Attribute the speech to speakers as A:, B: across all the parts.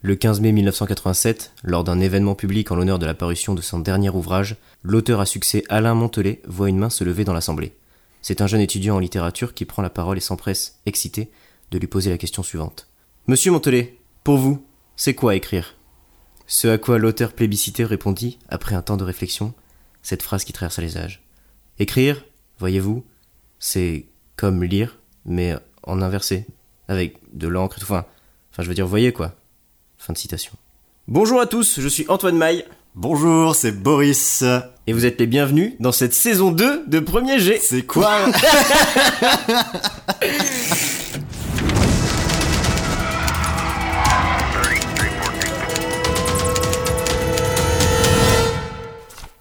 A: Le 15 mai 1987, lors d'un événement public en l'honneur de la parution de son dernier ouvrage, l'auteur à succès Alain Montelet voit une main se lever dans l'assemblée. C'est un jeune étudiant en littérature qui prend la parole et s'empresse, excité, de lui poser la question suivante. Monsieur Montelet, pour vous, c'est quoi écrire Ce à quoi l'auteur plébiscité répondit, après un temps de réflexion, cette phrase qui traversa les âges. Écrire, voyez-vous, c'est comme lire, mais en inversé, avec de l'encre et tout. Enfin, enfin, je veux dire, voyez quoi. Fin de citation. Bonjour à tous, je suis Antoine Maille,
B: Bonjour, c'est Boris.
A: et vous êtes les bienvenus dans cette saison 2 de Premier G.
B: C'est quoi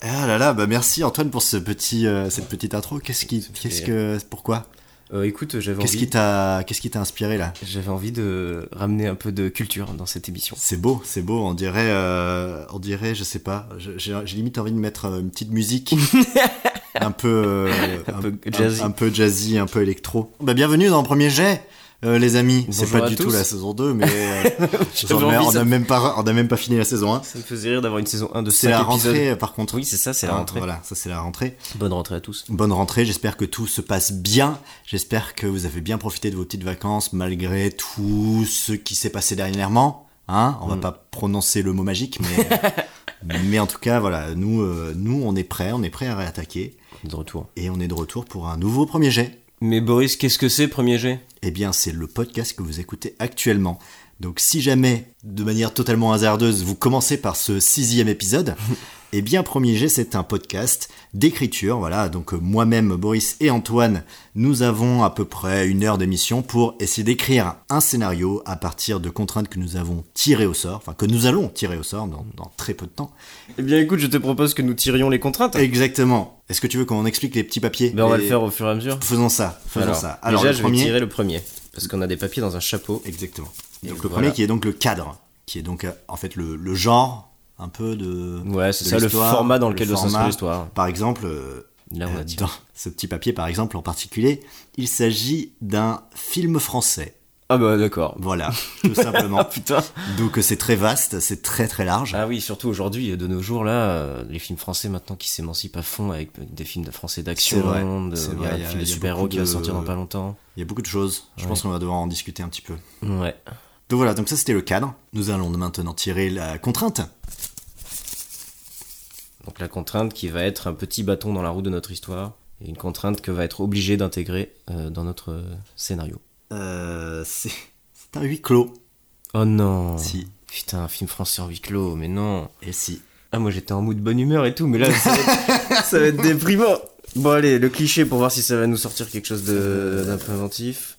B: Ah là là, bah merci Antoine pour ce petit, euh, cette petite intro. Qu'est-ce qui,
A: Ça fait-
B: qu'est-ce que, pourquoi
A: Euh, écoute, j'avais
B: Qu'est-ce qui
A: envie,
B: t'a, qu'est-ce qui t'a inspiré là
A: j'avais envie de ramener un peu de culture dans cette émission.
B: C'est beau, c'est beau. On dirait, euh, on dirait, je sais pas. je- J'ai j'ai limite envie de mettre euh, une petite musique, un peu, euh,
A: Un peu jazzy.
B: un, peu jazzy, un peu électro. Bah bienvenue dans le premier jet, euh, les amis. C'est
A: Bonjour
B: pas
A: à
B: du tout
A: tous.
B: la saison 2, mais euh,
A: J'avais
B: on, a,
A: envie,
B: on
A: ça,
B: a
A: me-
B: même pas, on a même pas fini la saison 1.
A: ça me faisait rire d'avoir une saison 1 de
B: C'est
A: 5
B: la
A: épisodes.
B: rentrée, par contre.
A: Oui, c'est ça, c'est la
B: Ah,
A: rentrée.
B: Voilà, ça c'est la rentrée.
A: Bonne rentrée à tous.
B: Bonne rentrée, j'espère que tout se passe bien. J'espère que vous avez bien profité de vos petites vacances malgré tout ce qui s'est passé dernièrement. Hein on va
A: Mm.
B: pas prononcer le mot magique, mais, mais en tout cas, voilà, nous, euh, nous, on est prêts, on est prêts à réattaquer.
A: De retour.
B: Et on est de retour pour un nouveau premier jet.
A: Mais Boris, qu'est-ce que c'est Premier G
B: Eh bien, c'est le podcast que vous écoutez actuellement. Donc, si jamais, de manière totalement hasardeuse, vous commencez par ce sixième épisode, eh bien, Premier G, c'est un podcast d'écriture. Voilà, donc euh, moi-même, Boris et Antoine, nous avons à peu près une heure d'émission pour essayer d'écrire un scénario à partir de contraintes que nous avons tirées au sort, enfin, que nous allons tirer au sort dans- dans très peu de temps.
A: Eh bien écoute, je te propose que nous tirions les contraintes.
B: Exactement. Est-ce que tu veux qu'on explique les petits papiers
A: Ben on va le
B: Et-
A: faire au fur et à mesure.
B: Faisons ça, faisons
A: Alors,
B: ça.
A: déjà,
B: le
A: je
B: premier-
A: vais tirer le premier. Parce qu'on a des papiers dans un chapeau.
B: Exactement.
A: Et
B: donc le
A: voilà.
B: premier qui est donc le cadre, qui est donc euh, en fait le, le genre un peu de.
A: Ouais, c'est
B: de
A: ça le
B: l'histoire,
A: format dans lequel
B: le
A: doit s'inscrire
B: format.
A: l'histoire.
B: Par exemple, euh,
A: Là, on a
B: euh,
A: tiré.
B: dans ce petit papier par exemple en particulier, il s'agit d'un film français.
A: Ah bah d'accord.
B: Voilà, tout simplement.
A: Ah putain.
B: Donc euh, c'est très vaste, c'est très très large.
A: Ah oui, surtout aujourd'hui, de nos jours là, euh, les films français maintenant qui s'émancipent à fond avec des films de français d'action,
B: C'est vrai,
A: de,
B: c'est
A: il y a
B: vrai,
A: un
B: il y a-
A: film de
B: il y a
A: super-héros
B: beaucoup
A: qui va
B: de-
A: sortir dans pas longtemps.
B: Il y a beaucoup de choses. Je
A: Ouais.
B: pense qu'on va devoir en discuter un petit peu.
A: Ouais.
B: Donc voilà, donc ça c'était le cadre. Nous allons maintenant tirer la contrainte.
A: Donc la contrainte qui va être un petit bâton dans la roue de notre histoire et une contrainte que va être obligé d'intégrer euh, dans notre euh, scénario.
B: Euh, c'est c'est un huis clos.
A: Oh non.
B: Si.
A: Putain, un film français en huis clos, mais non.
B: Et si.
A: Ah, moi j'étais en mood bonne humeur et tout, mais là ça va être, ça va être déprimant. Bon, allez, le cliché pour voir si ça va nous sortir quelque chose de- d'un peu inventif.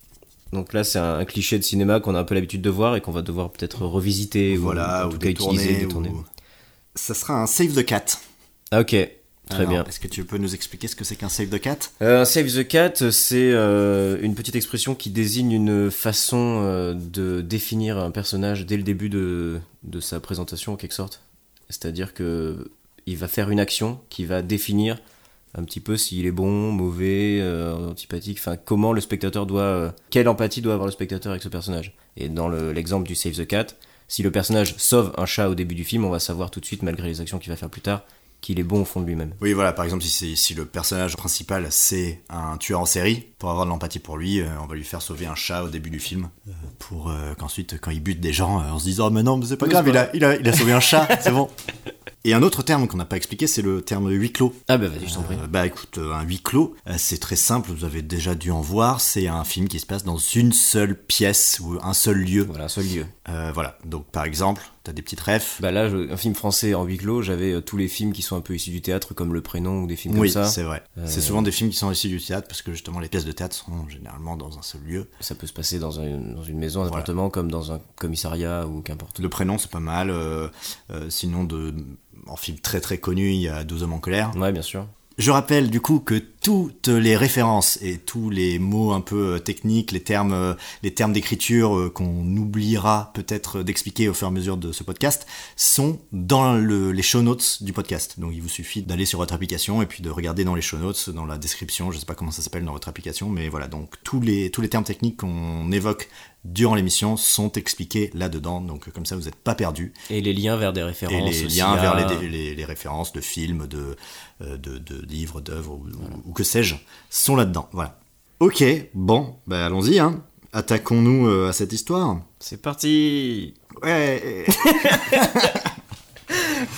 A: Donc là, c'est un, un cliché de cinéma qu'on a un peu l'habitude de voir et qu'on va devoir peut-être revisiter
B: voilà,
A: ou en
B: ou
A: tout cas
B: détourner,
A: utiliser, détourner.
B: ou- Ça sera un save the cat.
A: Ah, ok, très
B: Alors,
A: bien.
B: Est-ce que tu peux nous expliquer ce que c'est qu'un save the cat
A: Euh, un save the cat, c'est euh, une petite expression qui désigne une façon euh, de définir un personnage dès le début de, de sa présentation en quelque sorte. C'est-à-dire que il va faire une action qui va définir un petit peu s'il est bon, mauvais, euh, antipathique, enfin comment le spectateur doit, euh, quelle empathie doit avoir le spectateur avec ce personnage. Et dans le- l'exemple du save the cat, si le personnage sauve un chat au début du film, on va savoir tout de suite, malgré les actions qu'il va faire plus tard, qu'il est bon au fond de lui-même.
B: Oui, voilà, par exemple, si, c'est- si le personnage principal c'est un tueur en série, pour avoir de l'empathie pour lui, euh, on va lui faire sauver un chat au début du film, euh, pour euh, qu'ensuite, quand il bute des gens, euh, on se dise Oh, mais non, mais c'est pas
A: Oui,
B: grave,
A: c'est
B: il a, il, a, il a sauvé un chat, c'est bon. Et un autre terme qu'on n'a pas expliqué, c'est le terme huis clos.
A: Ah bah vas-y, je t'en prie.
B: Euh, bah écoute, euh, un huis clos, euh, c'est très simple, vous avez déjà dû en voir, c'est un film qui se passe dans une seule pièce ou un seul lieu.
A: Voilà, un seul lieu.
B: Euh, voilà, donc par exemple, t'as des petites refs.
A: Bah là, je- un film français en huis clos, j'avais euh, tous les films qui sont un peu issus du théâtre, comme Le Prénom ou des films
B: Oui,
A: comme ça.
B: c'est vrai.
A: Euh,
B: C'est souvent des films qui sont issus du théâtre parce que justement les pièces de théâtre sont généralement dans un seul lieu.
A: Ça peut se passer dans, un- dans une maison, un
B: Voilà.
A: appartement, comme dans un commissariat ou qu'importe.
B: Le prénom, c'est pas mal. euh, euh, sinon, de, en film très très connu, il y a 12 hommes en colère.
A: Ouais, bien sûr.
B: Je rappelle du coup que toutes les références et tous les mots un peu euh, techniques, les termes, euh, les termes d'écriture euh, qu'on oubliera peut-être d'expliquer au fur et à mesure de ce podcast sont dans le- les show notes du podcast. Donc il vous suffit d'aller sur votre application et puis de regarder dans les show notes, dans la description, je sais pas comment ça s'appelle dans votre application, mais voilà. Donc tous les tous les termes techniques qu'on évoque durant l'émission sont expliqués là-dedans. Donc comme ça vous n'êtes pas perdu
A: Et les liens vers des
B: et
A: références.
B: les
A: aussi
B: liens
A: à-
B: vers les, les- les références de films, de, euh, de, de livres, d'œuvres ou, ou- ou que sais-je sont là-dedans. Voilà. Ok, bon, bah allons-y. Hein. Attaquons-nous euh, à cette histoire.
A: C'est parti
B: Ouais.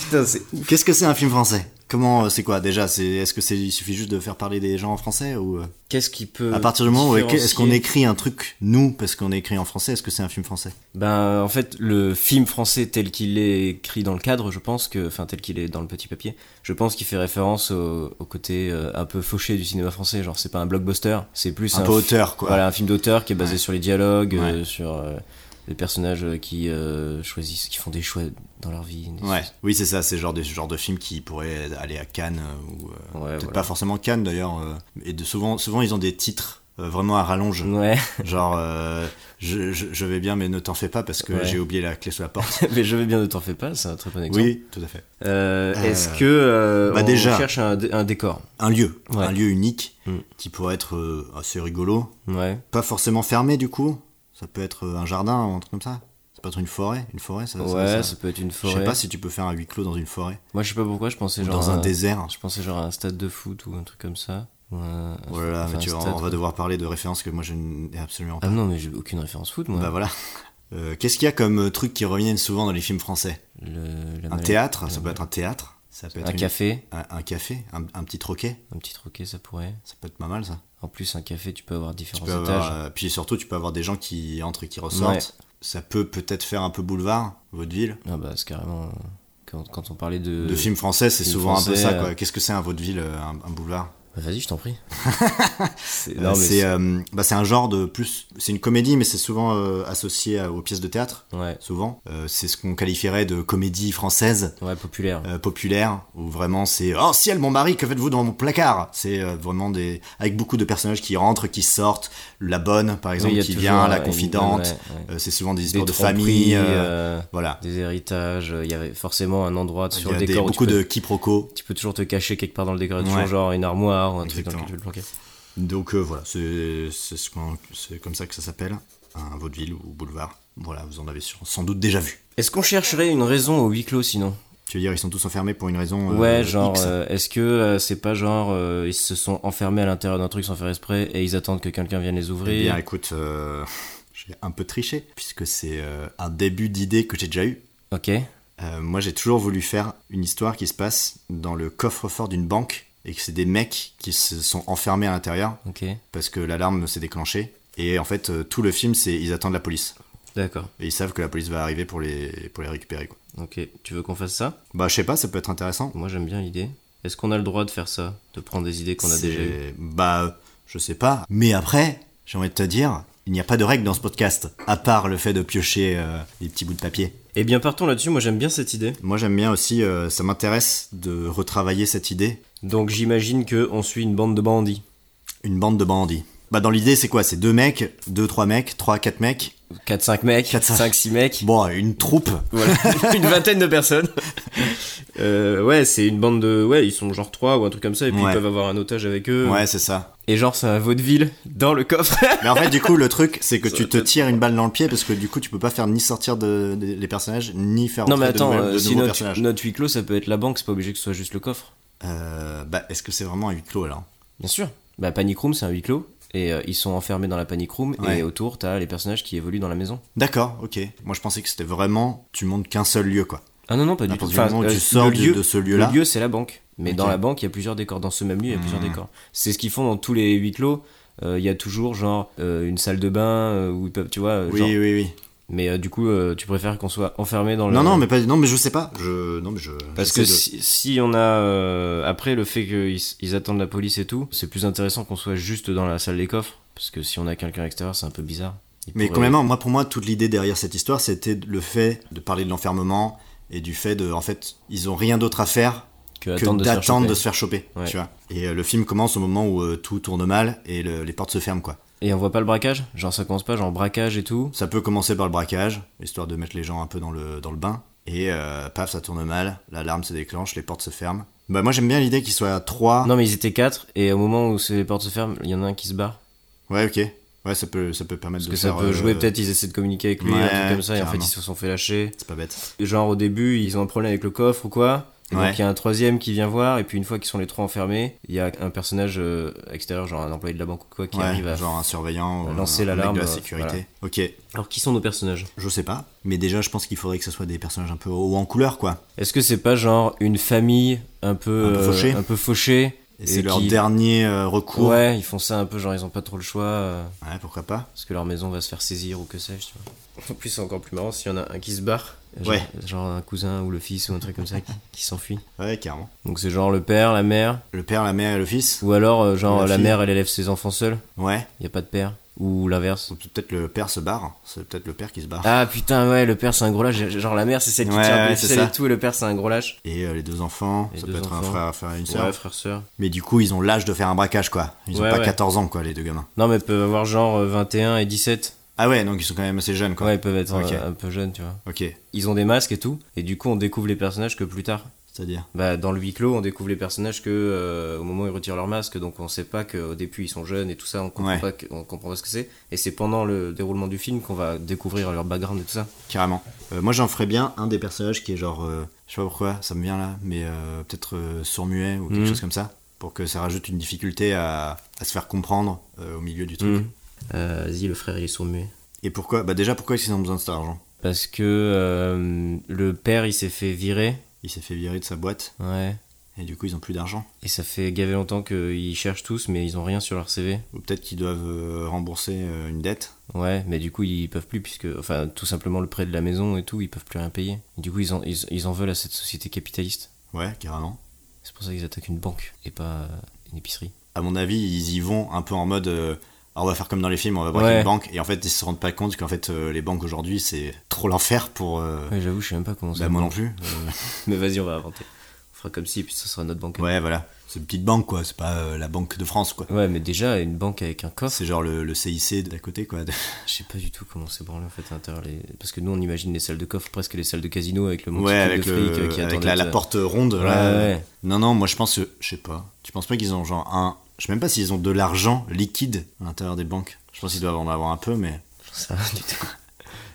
A: Putain, c'est ouf.
B: Qu'est-ce que c'est un film français Comment euh, c'est quoi déjà C'est est-ce que c'est il suffit juste de faire parler des gens en français ou euh,
A: Qu'est-ce qui peut.
B: à partir du moment où
A: différencier-
B: est-ce qu'on écrit un truc nous parce qu'on est écrit en français est-ce que c'est un film français
A: Ben, en fait, le film français tel qu'il est écrit dans le cadre, je pense que, enfin, tel qu'il est dans le petit papier, je pense qu'il fait référence au, au côté euh, un peu fauché du cinéma français. Genre, c'est pas un blockbuster, c'est plus
B: un peu
A: fi-
B: auteur quoi.
A: Voilà, un film d'auteur qui est basé
B: Ouais.
A: sur les dialogues, euh,
B: Ouais.
A: sur euh, les personnages euh, qui euh, choisissent, qui font des choix dans leur vie. des-
B: Ouais, oui c'est ça, c'est le genre de ce genre de film qui pourrait aller à Cannes euh, ou euh,
A: Ouais,
B: Peut-être
A: Bah, voilà.
B: pas forcément Cannes d'ailleurs. euh, et de souvent, souvent ils ont des titres euh, vraiment à rallonge.
A: Ouais,
B: Genre, euh, je, je- je vais bien, mais ne t'en fais pas parce que
A: Ouais.
B: j'ai oublié la clé sous la porte.
A: mais je veux bien ne t'en fais pas, c'est un très bon exemple.
B: oui, tout à fait.
A: Euh,
B: Euh,
A: Est-ce que euh,
B: bah
A: on
B: déjà.
A: cherche un, dé- un décor
B: Un lieu,
A: Ouais.
B: un lieu unique
A: Mm.
B: qui pourrait être euh, assez rigolo.
A: Ouais.
B: Pas forcément fermé du coup. Ça peut être euh, un jardin ou un truc comme ça. Ça peut être une forêt. Une forêt, ça. ça-
A: ouais,
B: ça-
A: ça, peut être une
B: Je
A: forêt.
B: sais pas si tu peux faire un huis clos dans une forêt.
A: Moi, je sais pas pourquoi, je pensais
B: Ou
A: genre
B: dans
A: à-
B: un désert.
A: Je pensais genre à un stade de foot ou un truc comme ça. ou un-
B: Oh là là,
A: enfin,
B: mais
A: un
B: tu vois,
A: stade,
B: on
A: quoi.
B: va devoir parler de références que moi je n'ai absolument pas.
A: Ah non, mais j'ai aucune référence foot, moi.
B: Bah voilà. Euh, Qu'est-ce qu'il y a comme euh, trucs qui reviennent souvent dans les films français
A: Le- la
B: Un
A: maladie-
B: théâtre, ça peut être un théâtre, ça peut être
A: Un
B: une-
A: café,
B: un, un café, un, un petit troquet,
A: un petit troquet, ça pourrait.
B: ça peut être pas mal ça.
A: En plus, un café, tu peux avoir
B: Tu
A: différents
B: peux
A: étages.
B: avoir, euh, puis surtout, tu peux avoir des gens qui entrent et qui ressortent. Ça peut peut-être faire un peu boulevard, vaudeville.
A: Ah bah, c'est carrément. euh, Quand, quand on parlait de.
B: De films français, c'est
A: Euh, film
B: souvent un peu
A: français,
B: ça.
A: euh,
B: quoi. Qu'est-ce que c'est un vaudeville, euh, un, un boulevard
A: Bah, Vas-y, je t'en prie. c'est
B: Euh,
A: non, mais
B: C'est euh, bah, c'est un genre de plus. C'est une comédie, mais c'est souvent euh, associé à- aux pièces de théâtre.
A: c'est- Ouais,
B: Souvent, Euh, c'est ce qu'on qualifierait de comédie française.
A: ouais, populaire.
B: euh, populaire où vraiment c'est oh ciel mon mari que faites-vous dans mon placard c'est euh, vraiment des avec beaucoup de personnages qui rentrent qui sortent la bonne par exemple
A: Oui, il y a
B: qui
A: toujours,
B: vient la
A: euh,
B: confidente
A: une- ouais, ouais.
B: Euh, c'est souvent des
A: Des
B: histoires de
A: tromperies,
B: famille euh,
A: euh,
B: voilà
A: des héritages. euh, Il y avait forcément un endroit sur
B: il y a
A: le
B: des-
A: décor. où tu
B: beaucoup
A: peux-
B: de quiproquos
A: Tu peux toujours te cacher quelque part dans le décor. Il y a
B: Ouais.
A: toujours genre une armoire ou un truc dans lequel tu veux te
B: Exactement.
A: planquer.
B: donc euh, voilà c'est c'est ce qu'on- c'est comme ça que ça s'appelle un vaudeville ou boulevard voilà vous en avez sûrement- sans doute déjà vu
A: Est-ce qu'on chercherait une raison au huis clos sinon
B: tu veux dire ils sont tous enfermés pour une raison euh,
A: Ouais, genre,
B: X.
A: euh, est-ce que euh, c'est pas genre euh, ils se sont enfermés à l'intérieur d'un truc sans faire exprès et ils attendent que quelqu'un vienne les
B: Eh
A: ouvrir
B: bien, écoute, euh, j'ai un peu triché, puisque c'est euh, un début d'idée que j'ai déjà eu.
A: Ok.
B: Euh, moi, j'ai toujours voulu faire une histoire qui se passe dans le coffre-fort d'une banque et que c'est des mecs qui se sont enfermés à l'intérieur
A: Ok.
B: parce que l'alarme s'est déclenchée. Et en fait, euh, tout le film, c'est ils attendent la police.
A: D'accord.
B: Et ils savent que la police va arriver pour les, pour les récupérer. Quoi.
A: Ok. Tu veux qu'on fasse ça
B: Bah, je sais pas, ça peut être intéressant.
A: Moi j'aime bien l'idée. Est-ce qu'on a le droit de faire ça De prendre des idées qu'on a
B: C'est-
A: déjà eues
B: Bah, euh, je sais pas. Mais après, j'ai envie de te dire, il n'y a pas de règle dans ce podcast, à part le fait de piocher euh, des petits bouts de papier.
A: Eh bien partons là-dessus, moi j'aime bien cette idée.
B: Moi, j'aime bien aussi, euh, ça m'intéresse de retravailler cette idée
A: Donc j'imagine que on suit une bande de bandits.
B: Une bande de bandits. Bah dans l'idée c'est quoi C'est deux mecs, deux trois mecs, trois quatre mecs.
A: 4-5 mecs,
B: Quatre, cinq.
A: 5-6 mecs.
B: Bon, une troupe.
A: Voilà, une vingtaine de personnes. Euh, ouais, c'est une bande de. Ouais, ils sont genre trois ou un truc comme ça, et puis
B: Ouais.
A: ils peuvent avoir un otage avec eux.
B: Ouais, c'est ça.
A: Et genre, c'est un vaudeville dans le coffre.
B: Mais en fait, du coup, le truc, c'est que tu te tires une balle dans le pied parce que du coup, tu peux pas faire ni sortir de, de- les personnages, ni faire
A: non, mais
B: entrer
A: attends,
B: de, nouvel-
A: euh,
B: de
A: si
B: nouveaux
A: notre,
B: personnages.
A: notre huis clos, ça peut être la banque, c'est pas obligé que ce soit juste le coffre.
B: Euh, bah, est-ce que c'est vraiment un huis clos alors
A: Bien sûr. Bah, Panic Room, c'est un huis clos, et euh, ils sont enfermés dans la Panic Room,
B: Ouais.
A: et autour, t'as les personnages qui évoluent dans la maison.
B: D'accord, ok. Moi, je pensais que c'était vraiment, tu montes qu'un seul lieu quoi.
A: Ah non, non, pas
B: À
A: du tout.
B: partir du moment où
A: euh,
B: tu sors
A: le
B: de-
A: lieu,
B: de ce lieu-là.
A: Le lieu, c'est la banque. Mais dans
B: Ok.
A: la banque, il y a plusieurs décors. Dans ce même lieu, il y a plusieurs
B: Hmm.
A: décors. C'est ce qu'ils font dans tous les huis clos. Euh, Il y a toujours, genre, euh, une salle de bain euh, où ils peuvent, tu vois. euh,
B: Oui,
A: genre-
B: oui, oui.
A: Mais euh, du coup, euh, tu préfères qu'on soit enfermé dans le.
B: Non, non, mais pas. Non, mais je sais pas. Je. Non, mais je.
A: Parce
B: j'essaie
A: que
B: de-
A: si, si on a. euh, après, le fait qu'ils s- ils attendent la police et tout, c'est plus intéressant qu'on soit juste dans la salle des coffres. Parce que si on a quelqu'un à l'extérieur, c'est un peu bizarre. Il
B: Mais
A: pourrait-
B: quand même, moi, pour moi, toute l'idée derrière cette histoire, c'était le fait de parler de l'enfermement et du fait de, en fait, ils ont rien d'autre à faire
A: que,
B: que
A: attendre de se faire
B: d'attendre
A: choper.
B: de se faire choper,
A: Ouais.
B: tu vois. Et euh, le film commence au moment où euh, tout tourne mal et le- les portes se ferment, quoi.
A: Et on voit pas le braquage Genre ça commence pas, genre braquage et tout.
B: Ça peut commencer par le braquage, histoire de mettre les gens un peu dans le, dans le bain. Et euh, paf, ça tourne mal, l'alarme se déclenche, les portes se ferment. Bah moi j'aime bien l'idée qu'ils soient à 3.
A: Non mais ils étaient quatre et au moment où ces portes se ferment, il y en a un qui se barre.
B: Ouais, ok. Ouais, ça peut, ça peut permettre
A: Parce
B: de
A: que ça
B: faire,
A: peut
B: euh,
A: jouer, peut-être ils essaient de communiquer avec lui,
B: ouais,
A: un truc comme ça, et en fait
B: carrément.
A: ils se sont fait lâcher.
B: C'est pas bête.
A: Genre au début ils ont un problème avec le coffre ou quoi. Et
B: Ouais.
A: Donc il y a un troisième qui vient voir, et puis une fois qu'ils sont les trois enfermés, il y a un personnage euh, extérieur, genre un employé de la banque ou quoi, qui
B: Ouais,
A: arrive à...
B: genre un surveillant ou
A: lancer
B: un mec
A: l'alarme,
B: de la
A: euh,
B: sécurité. Ok,
A: Alors qui sont nos personnages
B: je sais pas, mais déjà je pense qu'il faudrait que ce soit des personnages un peu hauts en couleur quoi.
A: Est-ce que c'est pas genre une famille un peu,
B: Un peu
A: euh,
B: fauchée
A: un peu fauchée
B: Et, c'est
A: qui-
B: leur dernier euh, recours. Ouais.
A: Ouais, ils font ça un peu, genre ils ont pas trop le choix, euh,
B: pourquoi pas.
A: parce que leur maison va se faire saisir ou que sais-je, tu vois. En plus, c'est encore plus marrant s'il y en a un qui se barre, genre,
B: Ouais.
A: genre un cousin ou le fils ou un truc comme ça qui, qui s'enfuit.
B: Ouais, carrément.
A: Donc c'est genre le père, la mère,
B: Le père, la mère et le fils.
A: ou alors euh, genre
B: La
A: la,
B: fille.
A: mère elle élève ses enfants seule,
B: Ouais.
A: y a pas de père, ou l'inverse.
B: Ou Peut-être le père se barre. C'est peut-être le père qui se barre.
A: Ah putain ouais, le père c'est un gros lâche, genre la mère c'est celle qui
B: Ouais,
A: tient
B: ouais,
A: le
B: c'est
A: ficelle
B: ça.
A: et tout, et le père c'est un gros lâche.
B: Et euh, les deux enfants.
A: Les
B: ça
A: deux
B: peut être un
A: enfants.
B: frère, un frère et une sœur.
A: Ouais, frère, sœur.
B: Mais du coup, ils ont l'âge de faire un braquage quoi. Ils ont
A: Ouais,
B: pas
A: ouais.
B: 14 ans quoi, les deux gamins.
A: Non mais ils peuvent avoir genre euh, 21 et 17.
B: Ah ouais, donc ils sont quand même assez jeunes quoi.
A: Ouais, ils peuvent être euh,
B: Ok.
A: un peu jeunes, tu vois.
B: Ok,
A: Ils ont des masques et tout, et du coup on découvre les personnages que plus tard.
B: c'est-à-dire.
A: Bah, dans le huis clos, on découvre les personnages que euh, au moment où ils retirent leur masque, donc on sait pas qu'au début ils sont jeunes et tout ça, on comprend,
B: Ouais.
A: pas, que- on comprend pas ce que c'est. Et c'est pendant le déroulement du film qu'on va découvrir leur background et tout ça.
B: Carrément. Euh, moi, j'en ferais bien un des personnages qui est genre, euh, je sais pas pourquoi, ça me vient là, mais euh, peut-être euh, sourd-muet ou quelque
A: Mhm.
B: chose comme ça, pour que ça rajoute une difficulté à, à se faire comprendre euh, au milieu du truc.
A: Euh, Vas-y, le frère il est sourd-muet.
B: Et pourquoi Bah déjà, pourquoi est-ce qu'ils ont besoin de cet argent
A: Parce que euh, le père il s'est fait virer,
B: Il s'est fait virer de sa boîte
A: ouais.
B: et du coup, ils ont plus d'argent.
A: Et ça fait gaver longtemps qu'ils cherchent tous, mais ils ont rien sur leur CV.
B: Ou peut-être qu'ils doivent euh, rembourser euh, une dette.
A: Ouais, mais du coup ils peuvent plus, puisque, enfin, tout simplement le prêt de la maison et tout, ils peuvent plus rien payer. Du coup ils en, ils, ils en veulent à cette société capitaliste.
B: Ouais, carrément.
A: C'est pour ça qu'ils attaquent une banque et pas euh, une épicerie.
B: À mon avis, ils y vont un peu en mode. euh, Ah, on va faire comme dans les films, on va braquer
A: Ouais.
B: une banque. Et en fait, ils se rendent pas compte qu'en fait, euh, les banques aujourd'hui, c'est trop l'enfer pour. euh,
A: Ouais, j'avoue, je sais même pas comment ça.
B: bah, moi non plus. Euh,
A: Mais vas-y, on va inventer. On fera comme si, puis ça sera notre banque.
B: Ouais, voilà. C'est une petite banque, quoi. C'est pas euh, la Banque de France, quoi.
A: Ouais, mais déjà, une banque avec un coffre,
B: C'est genre le, le CIC d'à côté, quoi.
A: je sais pas du tout comment c'est branlé en fait à l'intérieur. les- Parce que nous, on imagine les salles de coffre presque les salles de casino avec le
B: Ouais,
A: multitude
B: avec,
A: de flics
B: le-
A: euh, qui
B: avec
A: attendent
B: la,
A: de-
B: la porte ronde.
A: Ouais,
B: là.
A: ouais.
B: Non, non, moi je pense que. Je sais pas. Tu penses pas qu'ils ont genre un. Je sais même pas s'ils ont de l'argent liquide à l'intérieur des banques. Je pense qu'ils doivent en avoir un peu, mais.
A: J'en sais rien du tout.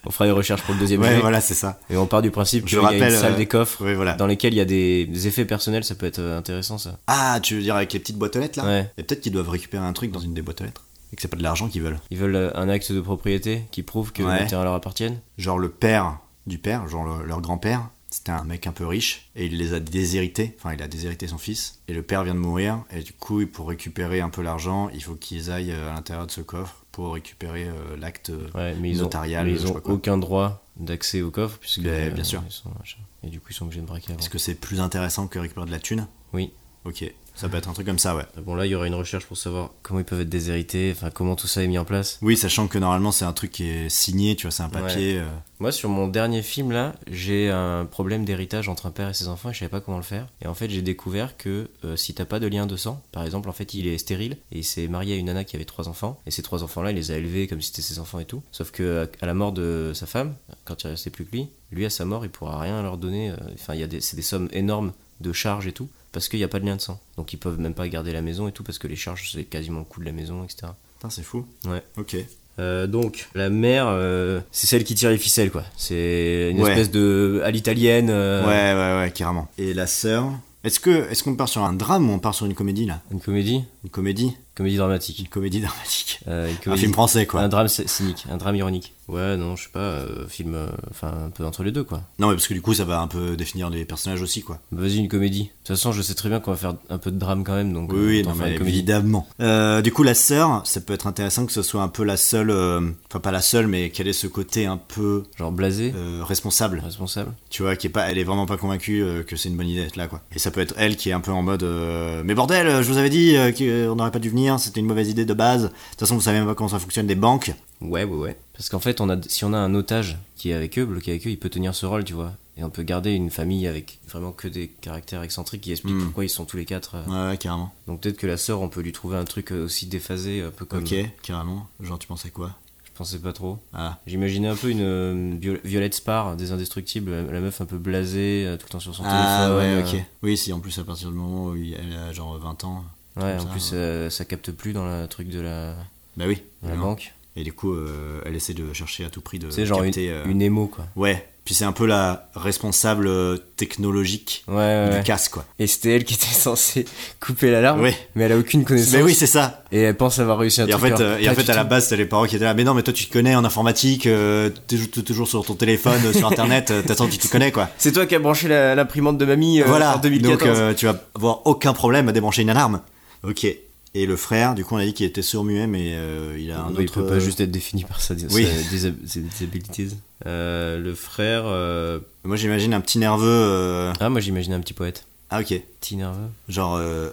A: On fera des recherches pour le deuxième
B: Ouais,
A: sujet.
B: voilà, c'est ça.
A: Et on part du principe
B: Je
A: qu'il y a une
B: rappelle,
A: salle
B: euh,
A: des coffres
B: Ouais, voilà.
A: dans lesquelles il y a des effets personnels, ça peut être euh, intéressant ça.
B: Ah, tu veux dire avec les petites boîtes aux lettres, là
A: Ouais.
B: Et peut-être qu'ils doivent récupérer un truc dans une des boîtes aux lettres. Et que c'est pas de l'argent qu'ils veulent.
A: Ils veulent euh, un acte de propriété qui prouve que
B: Ouais.
A: les terrains leur appartiennent.
B: Genre le père du père, genre le- leur grand-père, c'était un mec un peu riche et il les a déshérités. Enfin, il a déshérité son fils et le père vient de mourir et du coup, pour récupérer un peu l'argent, il faut qu'ils aillent euh, à l'intérieur de ce coffre pour récupérer euh, l'acte.
A: Ouais, mais ils
B: Notarial,
A: ont, mais
B: je
A: ils
B: sais
A: ont
B: pas quoi.
A: aucun droit d'accès au coffre puisque
B: Ben, bien sûr.
A: ils sont machin. et du coup ils sont obligés de braquer avant.
B: Est-ce que c'est plus intéressant que récupérer de la thune
A: Oui. Bah,
B: Ok, ça peut être un truc comme ça, ouais.
A: Bon là il y aura une recherche pour savoir comment ils peuvent être déshérités, enfin comment tout ça est mis en place.
B: Oui, sachant que normalement c'est un truc qui est signé, tu vois, c'est un papier. euh,
A: Moi sur mon dernier film là, j'ai un problème d'héritage entre un père et ses enfants et je savais pas comment le faire. Et en fait j'ai découvert que euh, si t'as pas de lien de sang, par exemple en fait il est stérile et il s'est marié à une nana qui avait trois enfants et ces trois enfants là il les a élevés comme si c'était ses enfants et tout. Sauf que à- à la mort de sa femme, quand il restait plus que lui, lui à sa mort il pourra rien leur donner. euh, Enfin il y a des, c'est des sommes énormes de charges et tout parce qu'il n'y a pas de lien de sang. Donc ils peuvent même pas garder la maison et tout parce que les charges c'est quasiment le coût de la maison etc.
B: Putain, c'est fou.
A: Ouais.
B: Ok.
A: Euh, donc la mère, euh, c'est celle qui tire les ficelles quoi. C'est une
B: Ouais.
A: espèce de à l'italienne. euh,
B: Ouais, ouais, ouais, carrément. Et la sœur. Est-ce que est-ce qu'on part sur un drame ou on part sur une comédie là
A: Une comédie,
B: Une comédie
A: comédie dramatique.
B: Une comédie dramatique.
A: Euh, une
B: Un
A: comédie-
B: film français quoi.
A: Un drame c- cynique, un drame ironique. Ouais, non, je sais pas, euh, film, euh, enfin un peu entre les deux quoi.
B: Non, mais parce que du coup, ça va un peu définir les personnages aussi, quoi.
A: Vas-y une comédie. De toute façon, je sais très bien qu'on va faire un peu de drame quand même, donc.
B: Oui,
A: euh,
B: oui,
A: autant
B: non,
A: faire
B: mais
A: une comédie.
B: évidemment. Euh, du coup, la sœur, ça peut être intéressant que ce soit un peu la seule, euh, enfin pas la seule, mais qu'elle ait ce côté un peu
A: Genre blasé,
B: euh, responsable.
A: responsable.
B: Tu vois, qui est pas, elle est vraiment pas convaincue euh, que c'est une bonne idée d'être là, quoi. Et ça peut être elle qui est un peu en mode, euh, mais bordel, euh, je vous avais dit euh, qu'on n'aurait pas dû venir, c'était une mauvaise idée de base. De toute façon, vous savez même pas comment ça fonctionne des banques.
A: Ouais, ouais, ouais. Parce qu'en fait, on a, si on a un otage qui est avec eux, bloqué avec eux, il peut tenir ce rôle, tu vois. et on peut garder une famille avec vraiment que des caractères excentriques qui expliquent
B: Mm.
A: pourquoi ils sont tous les quatre. euh.
B: Ouais, ouais, carrément.
A: Donc peut-être que la sœur, on peut lui trouver un truc euh, aussi déphasé, un peu comme. euh,
B: Ok, carrément. Genre, tu pensais quoi
A: Je pensais pas trop.
B: Ah,
A: J'imaginais un peu une euh, Viol- Violette Spar des Indestructibles, la, la meuf un peu blasée, euh, tout le temps sur son
B: ah ouais,
A: téléphone. euh,
B: ok. Oui, si, en plus, à partir du moment où il- elle a genre 20 ans.
A: euh, ouais,
B: Comme
A: en
B: ça,
A: plus, euh, ça capte plus dans le truc de la,
B: Bah oui.
A: de la
B: non.
A: banque.
B: Et du coup, euh, elle essaie de chercher à tout prix de
A: C'est genre une,
B: capter, euh,
A: une émo, quoi.
B: Ouais, puis c'est un peu la responsable euh, technologique
A: Ouais, ouais,
B: du
A: ouais.
B: casse, quoi.
A: Et c'était elle qui était censée couper l'alarme,
B: Oui.
A: mais elle a aucune connaissance.
B: Mais oui, c'est ça.
A: et elle pense avoir réussi un
B: Et en
A: truc.
B: fait,
A: alors
B: euh, et en
A: pas
B: fait
A: du
B: à la
A: tout.
B: base, t'as les parents qui étaient là, mais non, mais toi, tu te connais en informatique, euh, t'es jou- t'es toujours sur ton téléphone, euh, sur Internet, euh, t'attends, tu te connais, quoi.
A: C'est toi qui as branché la- l'imprimante de mamie euh,
B: voilà,
A: en 2014.
B: donc euh, tu vas avoir aucun problème à débrancher une alarme. Ok. Et le frère, du coup, on a dit qu'il était sourd-muet, mais euh, il a un
A: Oui,
B: autre...
A: Il peut pas juste être défini par sa,
B: Oui.
A: sa disab- ses disabilities. Euh, le frère. euh,
B: Moi, j'imagine un petit nerveux... euh,
A: Ah, moi j'imaginais un petit poète.
B: Ah, ok.
A: Petit nerveux.
B: Genre, euh, euh,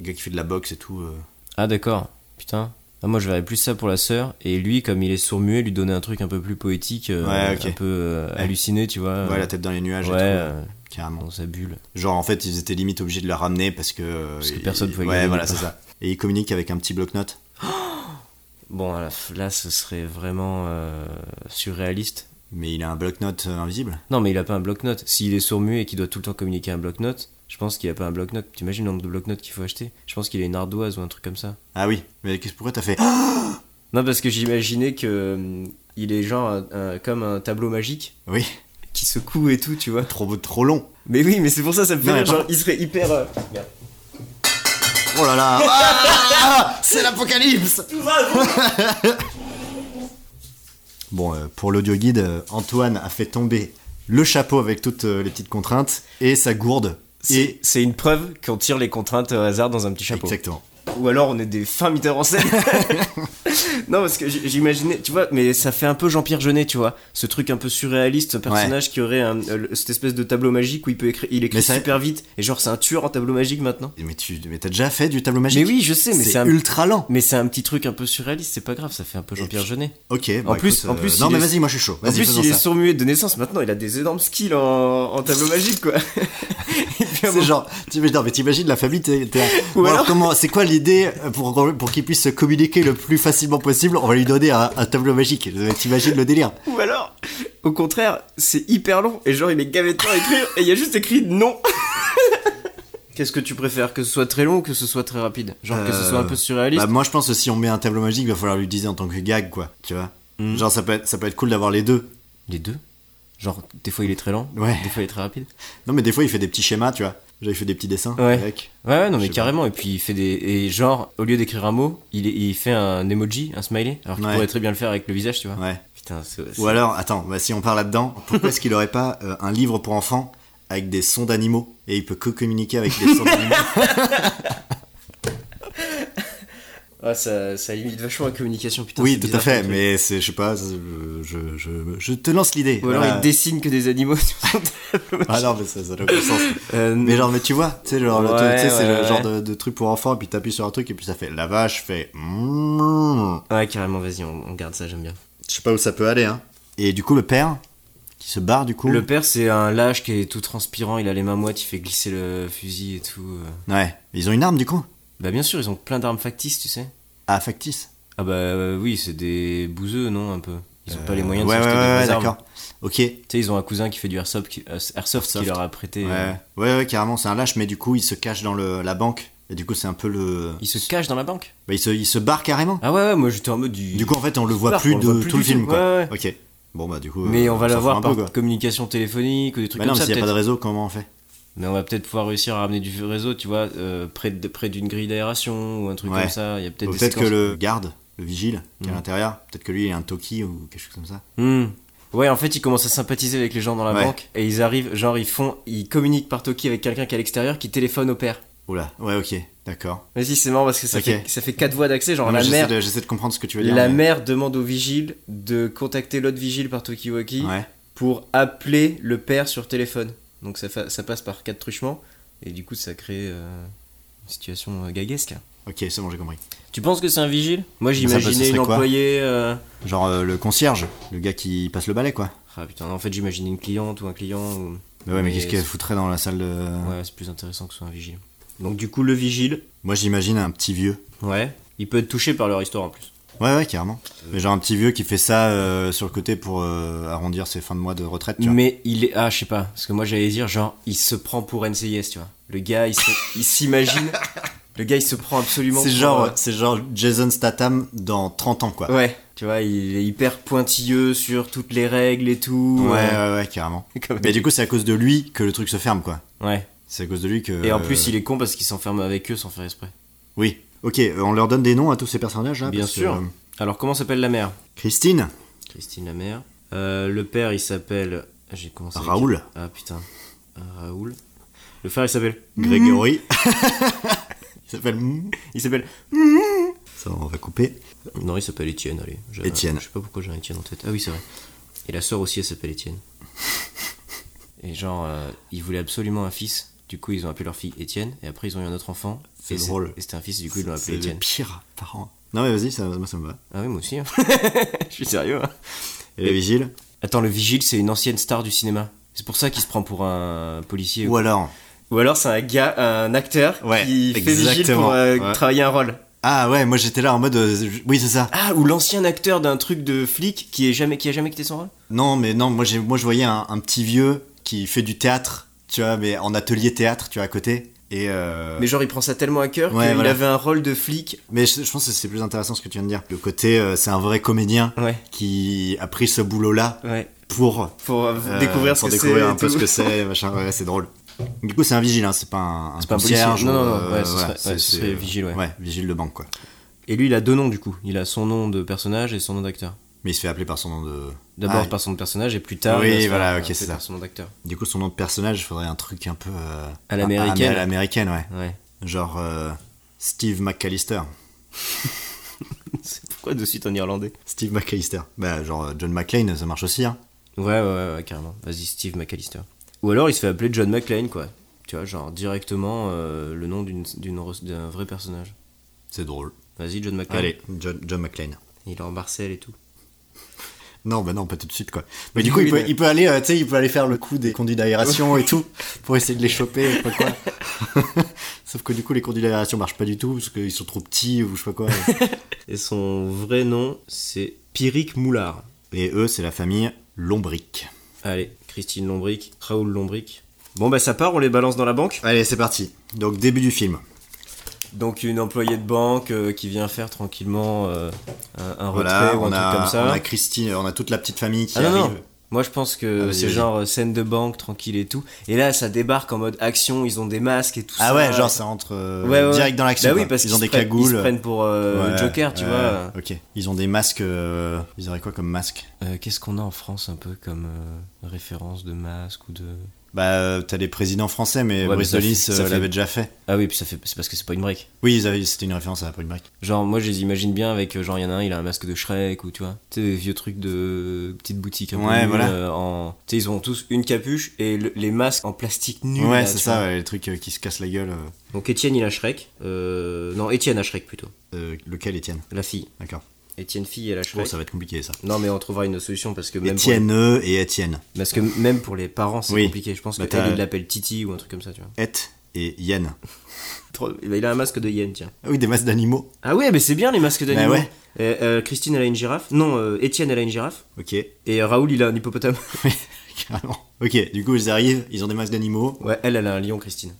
B: gars qui fait de la boxe et tout. euh.
A: Ah, d'accord. Putain. Ah, moi je verrais plus ça pour la sœur. Et lui, comme il est sourd-muet, lui donner un truc un peu plus poétique, euh,
B: Ouais, ok.
A: un peu euh,
B: Ouais.
A: halluciné, tu vois.
B: ouais, la tête dans les nuages
A: Ouais,
B: et tout.
A: euh,
B: Carrément.
A: dans sa bulle.
B: Genre en fait ils étaient limite obligés de la ramener parce que euh,
A: Parce que
B: ils-
A: personne pouvait
B: Ouais
A: gagner.
B: voilà c'est ça. Et ils communiquent avec un petit bloc-notes.
A: Bon, à la f- là, ce serait vraiment euh, surréaliste.
B: Mais il a un bloc-notes euh, invisible.
A: Non, mais il a pas un bloc-notes. S'il est sourd-muet et qu'il doit tout le temps communiquer un bloc-notes, je pense qu'il a pas un bloc-notes. T'imagines le nombre de bloc-notes qu'il faut acheter Je pense qu'il a une ardoise ou un truc comme ça.
B: Ah oui. Mais qu'est-ce pourquoi t'as fait
A: Ah Non, parce que j'imaginais que euh, il est genre un- un- comme un tableau magique
B: Oui.
A: qui secoue et tout, tu vois.
B: Trop trop long.
A: Mais oui, mais c'est pour ça, ça me fait
B: Non,
A: rire,
B: mais par-
A: Genre, il serait hyper. euh, merde.
B: Oh là là. Ah c'est l'apocalypse. Bon euh, pour l'audio guide euh, Antoine a fait tomber le chapeau avec toutes euh, les petites contraintes et sa gourde
A: C'est
B: et
A: c'est une preuve qu'on tire les contraintes au hasard dans un petit chapeau.
B: exactement.
A: Ou alors on est des fins metteurs en scène. non, parce que j- j'imaginais, tu vois, mais ça fait un peu Jean-Pierre Jeunet, tu vois. Ce truc un peu surréaliste, ce personnage qui aurait un- euh, le- cette espèce de tableau magique où il peut écrire, il écrit
B: Mais ça-
A: super vite. Et genre, c'est un tueur en tableau magique maintenant.
B: Mais tu mais t'as déjà fait du tableau
A: Mais
B: magique
A: oui, je sais, mais c'est
B: c'est
A: un.
B: ultra lent.
A: Mais c'est un petit truc un peu surréaliste, c'est pas grave, ça fait un peu Jean-Pierre
B: puis-
A: Jeunet.
B: Ok.
A: En
B: bah,
A: plus-
B: écoute,
A: en
B: euh,
A: plus,
B: non
A: il
B: mais
A: est-
B: vas-y moi je suis chaud.
A: En
B: Vas-y
A: plus,
B: faisons
A: il est
B: ça.
A: sourd-muet de naissance, maintenant il a des énormes skills en, en tableau magique, quoi. Et puis, à un
B: C'est
A: moment-
B: genre, t'imagines, non, mais t'imagines la famille, t'es, t'es là,
A: Ou
B: bon,
A: alors-
B: alors comment, c'est quoi l'idée euh, pour, pour qu'il puisse se communiquer le plus facilement possible On va lui donner un, un tableau magique. Euh, T'imagines le délire
A: Ou alors, au contraire, c'est hyper long et genre il est gavé de temps à écrire et il y a juste écrit non. Qu'est-ce que tu préfères Que ce soit très long ou que ce soit très rapide Genre que ce
B: Euh,
A: soit un peu surréaliste
B: Bah, moi, je pense que si on met un tableau magique, il va falloir l'utiliser en tant que gag, quoi. Tu vois
A: Mm.
B: Genre, ça peut, être, ça peut être cool d'avoir les deux.
A: Les deux Genre, des fois il est très lent,
B: Ouais.
A: des fois il est très rapide.
B: Non, mais des fois, il fait des petits schémas, tu vois. Genre, il fait des petits dessins.
A: Ouais.
B: avec.
A: Ouais, ouais, non,
B: Je
A: mais
B: sais
A: carrément. Et puis il fait des. Et genre, au lieu d'écrire un mot, il, est- il fait un emoji, un smiley. Alors qu'il
B: Ouais.
A: pourrait très bien le faire avec le visage, tu vois.
B: Ouais.
A: Putain, c'est. c'est-
B: Ou alors, attends, bah, si on parle là-dedans, pourquoi est-ce qu'il aurait pas euh, un livre pour enfants avec des sons d'animaux et il peut que communiquer avec des sons d'animaux
A: Ah, ça, ça limite vachement la communication, putain.
B: Oui,
A: c'est
B: tout à
A: bizarre,
B: fait,
A: comme
B: mais c'est, je sais pas, je, je, je, je te lance l'idée.
A: truc. Ou alors
B: Voilà.
A: il dessine que des animaux sur son tableau.
B: Ah non, mais ça, ça n'a aucun sens.
A: Euh,
B: Mais genre, mais tu vois, tu sais, genre, le- tu
A: Ouais,
B: sais, c'est
A: ouais,
B: le
A: ouais.
B: genre de, de truc pour enfants, et puis t'appuies sur un truc, et puis ça fait la vache, fait. mm.
A: Ouais, carrément, vas-y, on, on garde ça, j'aime bien.
B: Je sais pas où ça peut aller, hein. Et du coup, le père, qui se barre, du coup.
A: Le père, c'est un lâche qui est tout transpirant, il a les mains moites, il fait glisser le fusil et tout. euh.
B: Ouais. Ils ont une arme, du coup
A: Bah, bien sûr, ils ont plein d'armes factices, tu sais.
B: Ah, factice.
A: Ah, bah euh, oui, c'est des bouseux, non, un peu. Euh, Ils ont pas les moyens de
B: Euh, Ouais, ouais,
A: s'acheter des
B: ouais,
A: vraies armes.
B: d'accord. Ok. Ouais.
A: Tu sais, ils ont un cousin qui fait du airsoft, qui, euh, airsoft qui
B: Airsoft.
A: leur a prêté. euh,
B: ouais, ouais, carrément, c'est un lâche, mais du coup, il se cache dans le, la banque, et du coup, c'est un peu le.
A: Ils se cachent dans la banque.
B: Bah, il, se, il se barre carrément.
A: Ah, ouais, ouais, moi j'étais en mode du.
B: Du coup, en fait, on le voit
A: barre,
B: plus
A: on
B: de
A: le voit plus
B: tout
A: du
B: le film,
A: tout.
B: quoi.
A: Ouais,
B: Ok. Bon, bah, du coup.
A: Mais
B: euh,
A: on va
B: ça
A: l'avoir
B: fout un
A: par
B: peu, quoi.
A: communication téléphonique ou des trucs
B: Bah
A: comme
B: non, mais
A: ça,
B: s'il n'y a pas
A: peut-être.
B: de réseau, comment on fait
A: Mais on va peut-être pouvoir réussir à ramener du réseau, tu vois, euh, près de- près d'une grille d'aération ou un truc
B: Ouais.
A: comme ça. Il y a peut-être
B: Ou
A: des
B: Peut-être que
A: séquences-
B: le garde, le vigile, qui est à
A: Mm.
B: l'intérieur, peut-être que lui, il est un toki ou quelque chose comme ça.
A: Hmm. Ouais, en fait, ils commencent à sympathiser avec les gens dans la
B: Ouais.
A: banque et ils arrivent, genre, ils font, ils communiquent par Toki avec quelqu'un qui est à l'extérieur qui téléphone au père.
B: Oula, ouais, ok, d'accord.
A: Vas-y, c'est marrant parce que ça,
B: Ok.
A: fait, ça fait quatre voies d'accès. Genre,
B: Non, mais
A: la
B: J'essaie
A: mère,
B: de, j'essaie de comprendre ce que tu veux dire.
A: la
B: mais-
A: mère demande au vigile de contacter l'autre vigile par Tokiwoki
B: Ouais.
A: pour appeler le père sur téléphone. Donc, ça, fa- ça passe par quatre truchements et du coup, ça crée euh, une situation euh, gaguesque.
B: Ok, c'est bon, j'ai compris.
A: Tu penses que c'est un vigile Moi,
B: ça, bah, ce
A: j'imaginais une
B: serait quoi
A: employée. euh,
B: Genre euh, le concierge, le gars qui passe le balai, quoi.
A: Ah putain, en fait j'imagine une cliente ou un client. Ou...
B: Mais ouais, mais, qu'est-ce qu'elle foutrait dans la salle de.
A: Ouais, c'est plus intéressant que ce soit un vigile. Donc du coup, le vigile,
B: Moi, j'imagine un petit vieux.
A: ouais, il peut être touché par le restaurant en plus.
B: Ouais, ouais, carrément.
A: Euh.
B: Mais genre un petit vieux qui fait ça euh, sur le côté pour euh, arrondir ses fins de mois de retraite, tu vois.
A: Mais il est. Ah, je sais pas, parce que moi j'allais dire, genre, il se prend pour NCIS, tu vois. Le gars, il se- il s'imagine. le gars, il se prend absolument
B: C'est
A: pour,
B: genre,
A: euh,
B: c'est genre Jason Statham dans 30 ans, quoi.
A: Ouais, tu vois, il est hyper pointilleux sur toutes les règles et tout. euh.
B: ouais, ouais, ouais, carrément.
A: Comme-
B: Mais du coup, c'est à cause de lui que le truc se ferme, quoi.
A: Ouais.
B: C'est à cause de lui que.
A: Et en plus, il est con parce qu'il s'enferme avec eux sans faire exprès.
B: Oui. Ok, euh, on leur donne des noms à tous ces personnages, là.
A: Bien
B: parce que,
A: sûr.
B: euh,
A: Alors, comment s'appelle la mère
B: Christine,
A: Christine la mère. Euh, le père, il s'appelle. J'ai commencé. avec-
B: Raoul.
A: Ah putain. Raoul. Le frère, il s'appelle.
B: Mm. Grégory. il s'appelle. Mm.
A: Il s'appelle.
B: Ça, on va couper.
A: Non, il s'appelle Étienne, allez. J'ai-
B: Étienne.
A: Je sais pas pourquoi j'ai un Étienne en tête. Ah oui, c'est vrai. Et la sœur aussi, elle s'appelle Étienne. et genre, euh, ils voulaient absolument un fils. Du coup, ils ont appelé leur fille Étienne. Et après, ils ont eu un autre enfant.
B: C'est
A: Et
B: drôle.
A: Et c'était un fils, du coup, ils l'ont
B: C'est
A: appelé
B: le
A: Étienne.
B: pire parent. Non, mais vas-y, ça, moi, ça me va.
A: Ah oui, moi aussi. hein. Je suis sérieux. hein.
B: Et les vigiles
A: Attends, le vigile, c'est une ancienne star du cinéma. C'est pour ça qu'il se prend pour un policier.
B: Ou alors.
A: Ou alors c'est un gars, un acteur
B: Ouais,
A: qui fait vigile
B: exactement,
A: pour euh,
B: ouais.
A: travailler un rôle.
B: Ah ouais, moi j'étais là en mode. euh, je- oui, c'est ça.
A: Ah, ou l'ancien acteur d'un truc de flic qui est jamais, qui a jamais quitté son rôle.
B: Non, mais non, moi, j'ai- moi je voyais un, un petit vieux qui fait du théâtre, tu vois, mais en atelier théâtre, tu vois, à côté. Et euh,
A: Mais genre il prend ça tellement à cœur
B: Ouais,
A: qu'il
B: voilà.
A: avait un rôle de flic.
B: Mais je, je pense que c'est plus intéressant ce que tu viens de dire. Le côté, euh, c'est un vrai comédien
A: Ouais,
B: qui a pris ce boulot-là
A: ouais.
B: pour
A: Pour euh,
B: euh,
A: découvrir ce
B: pour
A: que c'est.
B: découvrir un
A: et
B: peu
A: tout.
B: ce que c'est, machin. Ouais, c'est drôle. Du coup, c'est un vigile, hein, c'est pas un,
A: C'est pas un
B: concierge
A: policier.
B: ou,
A: Non, non, non,
B: euh,
A: ouais, ce
B: voilà,
A: serait- ouais, ce
B: c'est-
A: serait
B: euh,
A: vigile, ouais.
B: Ouais, vigile de banque, quoi.
A: Et lui il a deux noms du coup. Il a son nom de personnage et son nom d'acteur.
B: Mais il se fait appeler par son nom de.
A: D'abord
B: Ah,
A: par son nom de personnage et plus tard.
B: Oui,
A: il va se
B: voilà,
A: faire
B: ok,
A: appeler
B: c'est ça.
A: par Son nom d'acteur.
B: Du coup, son nom de personnage, il faudrait un truc un peu. euh,
A: À l'américaine.
B: À, à l'américaine, ouais.
A: Ouais.
B: Genre euh, Steve McAllister.
A: c'est pourquoi de suite en irlandais.
B: Steve McAllister. Bah, genre euh, John McClane, ça marche aussi. Hein.
A: Ouais, ouais, ouais, ouais, carrément. Vas-y, Steve McAllister. Ou alors il se fait appeler John McClane, quoi. Tu vois, genre directement euh, le nom d'une- d'une re- d'un vrai personnage.
B: C'est drôle.
A: Vas-y, John McClane.
B: Allez, John, John McClane.
A: Il est en Marcel et tout.
B: Non, bah non, pas tout de suite, quoi. Mais du coup,
A: Oui,
B: il, peut,
A: mais-
B: il peut aller, euh, tu sais, il peut aller faire le coup des conduits d'aération et tout pour essayer de les choper, je sais pas quoi. Sauf que du coup, les conduits d'aération marchent pas du tout parce qu'ils sont trop petits ou je sais pas quoi.
A: Et son vrai nom, c'est Pyric Moulard.
B: Et eux, c'est la famille Lombric.
A: Allez, Christine Lombric, Raoul Lombric. Bon, bah ça part, on les balance dans la banque.
B: Allez, c'est parti. Donc, début du film.
A: Donc une employée de banque euh, qui vient faire tranquillement euh, un, un retrait
B: Voilà,
A: ou un
B: on a,
A: truc comme ça.
B: on a Christine, on a toute la petite famille qui
A: Ah non,
B: arrive.
A: non. Moi je pense
B: Ah,
A: que
B: vas-y,
A: c'est
B: vas-y.
A: genre euh, scène de banque, tranquille et tout. Et là ça débarque en mode action, ils ont des masques et tout ça.
B: Ah ouais, genre ça entre euh,
A: Ouais, ouais.
B: direct dans l'action.
A: Bah oui,
B: quoi.
A: parce
B: ils
A: qu'ils
B: ont
A: se
B: des
A: prennent- Ils
B: cagoules.
A: se prennent pour euh,
B: Ouais,
A: Joker, tu
B: ouais,
A: vois.
B: Ok. Ils ont des masques. euh, ils auraient quoi comme masque
A: Euh, Qu'est-ce qu'on a en France un peu comme euh, référence de masque ou de.
B: Bah, euh, t'as des présidents français, mais
A: Ouais,
B: Brice
A: mais ça
B: Delis
A: fait-
B: euh,
A: ça fait-
B: l'avait déjà fait.
A: Ah oui, puis ça fait. C'est parce que c'est pas une break.
B: Oui, ils avaient- c'était une référence à la Prime Break.
A: Genre, moi, je les imagine bien avec. euh, Genre, il y en a un, il a un masque de Shrek ou tu vois. Tu sais, des vieux trucs de euh, petites boutiques. Un peu
B: Ouais,
A: nulles,
B: voilà.
A: euh, en... Tu sais, ils ont tous une capuche et le- les masques en plastique nul.
B: ouais,
A: là,
B: c'est
A: tu
B: ça,
A: vois.
B: ouais, les trucs euh, qui se cassent la gueule. euh,
A: Donc, Étienne, il a Shrek. Euh... Non, Étienne a Shrek plutôt.
B: euh, lequel, Étienne
A: La fille.
B: D'accord.
A: Étienne, fille, elle a
B: Bon,
A: Shrek.
B: ça va être compliqué ça.
A: non, mais on trouvera une solution parce que même. pour
B: Étienne E et Étienne.
A: les- Parce que même pour les parents, c'est
B: Oui.
A: compliqué. Je pense
B: Bah,
A: que elle,
B: t'as-
A: il l'appelle Titi ou un truc comme ça, tu vois.
B: Et et Yen.
A: Trop- eh ben, Il a un masque de hyène, tiens.
B: Ah oui, des masques d'animaux.
A: Ah ouais, mais c'est bien les masques d'animaux.
B: Bah ouais.
A: Euh, euh, Christine, elle a une girafe. Non, euh, Étienne, elle a une girafe.
B: Ok.
A: Et Raoul, il a un hippopotame.
B: Carrément. Ok, du coup, ils arrivent, ils ont des masques d'animaux.
A: Ouais, elle, elle a un lion, Christine.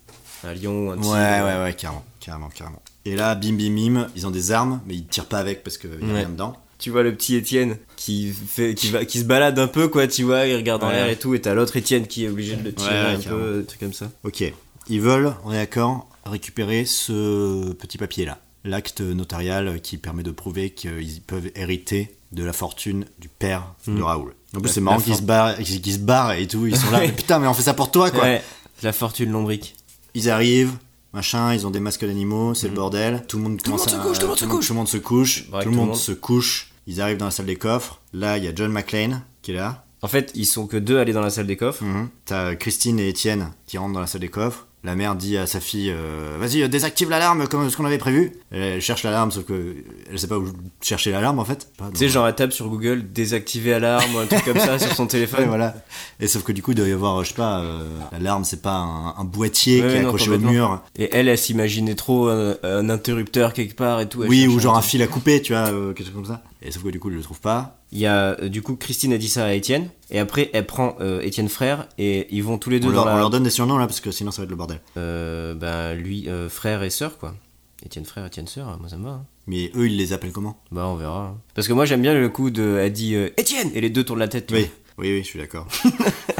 A: Un lion, un
B: Ouais,
A: petit. euh,
B: ouais, ouais, carrément. Carrément, carrément. Et là, bim bim bim, ils ont des armes, mais ils tirent pas avec parce qu'il y a
A: Ouais.
B: rien dedans.
A: Tu vois le petit Étienne qui fait, qui va, qui se balade un peu quoi, tu vois, il regarde en
B: Ouais.
A: l'air et tout, et t'as l'autre Étienne qui est obligé de le tirer
B: Ouais, ouais,
A: un
B: carrément.
A: peu, un truc comme ça.
B: Ok, ils veulent, on est d'accord, récupérer ce petit papier-là. L'acte notarial qui permet de prouver qu'ils peuvent hériter de la fortune du père de Raoul. En plus,
A: Hmm. La-
B: c'est marrant
A: la
B: qu'ils
A: for-
B: se, barrent- qu'ils- qu'ils se barrent et tout. Ils sont là, mais putain, mais on fait ça pour toi, quoi.
A: Ouais, la fortune lombrique.
B: Ils arrivent, machin, ils ont des masques d'animaux, c'est le bordel. Tout le monde
A: le monde
B: commence
A: se
B: à-
A: couche, Hmm. tout le monde se couche.
B: Tout le monde se couche.
A: Braque
B: Tout le monde se couche. Ils arrivent dans la salle des coffres. Là, il y a John McClane qui est là.
A: En fait, ils sont que deux allés dans la salle des coffres.
B: Mhm. T'as Christine et Étienne qui rentrent dans la salle des coffres. La mère dit à sa fille euh, Vas-y, euh, désactive l'alarme comme ce qu'on avait prévu. Elle cherche l'alarme, sauf que elle sait pas où chercher l'alarme en fait. Pas dans-
A: Tu sais, genre, elle tape sur Google, désactiver alarme, ou un truc comme ça sur son téléphone.
B: Ouais, voilà. Et sauf que du coup, il doit y avoir, je sais pas, euh, l'alarme, c'est pas un, un boîtier
A: Ouais,
B: qui est
A: non,
B: accroché au
A: complètement.
B: mur.
A: Et elle, elle s'imaginait trop un, un interrupteur quelque part et tout. elle
B: Oui,
A: cherche
B: ou
A: un
B: genre un
A: truc.
B: fil à couper, tu vois, euh, quelque chose comme ça. Et sauf que du coup, il le trouve pas.
A: Il y a, euh, du coup, Christine a dit ça à Étienne, et après, elle prend euh, Étienne frère, et ils vont tous les deux
B: On
A: dans
B: leur,
A: la...
B: on leur donne des surnoms là, parce que sinon ça va être le bordel.
A: Euh, bah, lui, euh, frère et sœur, quoi. Étienne frère, Étienne sœur, moi ça me va. hein.
B: Mais eux, ils les appellent comment
A: Bah, on verra. hein. Parce que moi, j'aime bien le coup de... Elle dit euh, Étienne Et les deux tournent la tête. tu
B: Oui, oui, oui, je suis d'accord.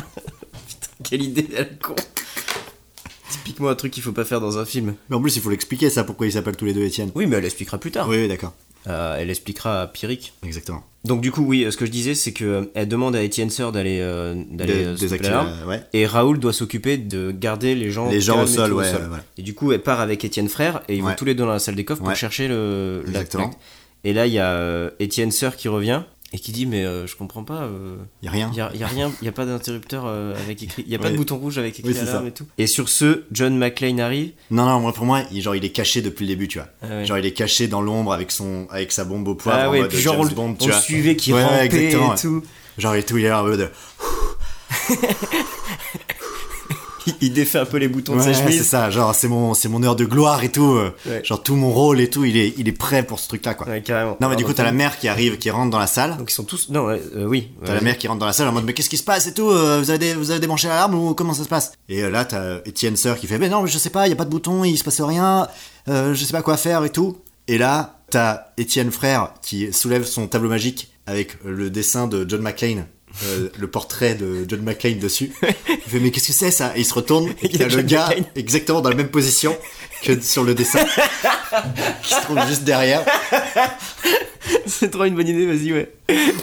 A: vois. Quelle idée, elle con Typiquement un truc qu'il faut pas faire dans un film.
B: Mais en plus, il faut l'expliquer ça, pourquoi ils s'appellent tous les deux Étienne.
A: Oui, mais elle expliquera plus tard.
B: Oui, oui, d'accord.
A: Euh, elle expliquera à Pyrrhic.
B: Exactement.
A: Donc du coup, oui, euh, ce que je disais, c'est que euh, elle demande à Étienne Sœur d'aller euh, d'aller
B: Des-
A: euh,
B: des
A: stopper
B: actifs,
A: l'alarme.
B: euh, ouais.
A: Et Raoul doit s'occuper de garder les gens,
B: Les gens au
A: calmes Oh, et
B: sol,
A: tout
B: ouais, ouais, voilà.
A: Et du coup, elle part avec Étienne Frère et ils
B: Ouais.
A: vont tous les deux dans la salle des coffres
B: Ouais.
A: pour chercher le. la-
B: Exactement.
A: Et là, il y a euh, Étienne Sœur qui revient et qui dit mais euh, je comprends pas. euh,
B: Y a rien.
A: il y a, il y a rien, il y a pas d'interrupteur euh, avec écrit, il y a pas
B: Oui.
A: de bouton rouge avec écrit
B: Oui, c'est
A: alarme
B: ça.
A: et tout. Et sur ce, John McClane arrive.
B: Non, non, moi pour moi, il, genre il est caché depuis le début, tu vois.
A: Ah ouais.
B: Genre il est caché dans l'ombre avec son avec sa bombe au poivre.
A: ah
B: en
A: ouais,
B: mode
A: puis genre on,
B: James
A: le-
B: Bond, tu
A: on le
B: vois.
A: suivait qui
B: Ouais, ouais,
A: rampait
B: exactement, ouais.
A: et tout.
B: Genre et tout, il est là en mode.
A: Il, il défait un peu les boutons
B: Ouais,
A: de sa
B: c'est
A: chemise.
B: ça, genre c'est mon c'est mon heure de gloire et tout. euh,
A: Ouais.
B: Genre tout mon rôle et tout, il est il est prêt pour ce truc-là quoi.
A: Ouais, Ah, bah, carrément.
B: Non mais du
A: Alors,
B: coup
A: dans
B: t'as
A: le
B: la mère qui arrive, qui rentre dans la salle.
A: Donc ils sont tous. Non, ouais, euh, oui.
B: T'as
A: ouais.
B: la mère qui rentre dans la salle en mode mais qu'est-ce qui se passe et tout euh, vous avez dé- vous avez débranché l'alarme ou comment ça se passe et euh, là t'as Étienne sœur qui fait mais non mais je sais pas il y a pas de bouton il se passe rien euh, je sais pas quoi faire et tout et là t'as Étienne frère qui soulève son tableau magique avec le dessin de John McClane euh, le portrait de John McClane dessus il fait mais qu'est-ce que c'est ça et il se retourne et
A: Il y a
B: t'as le
A: John
B: gars
A: McClane.
B: exactement dans la même position que sur le dessin qui se trouve juste derrière
A: C'est trop une bonne idée, vas-y, ouais.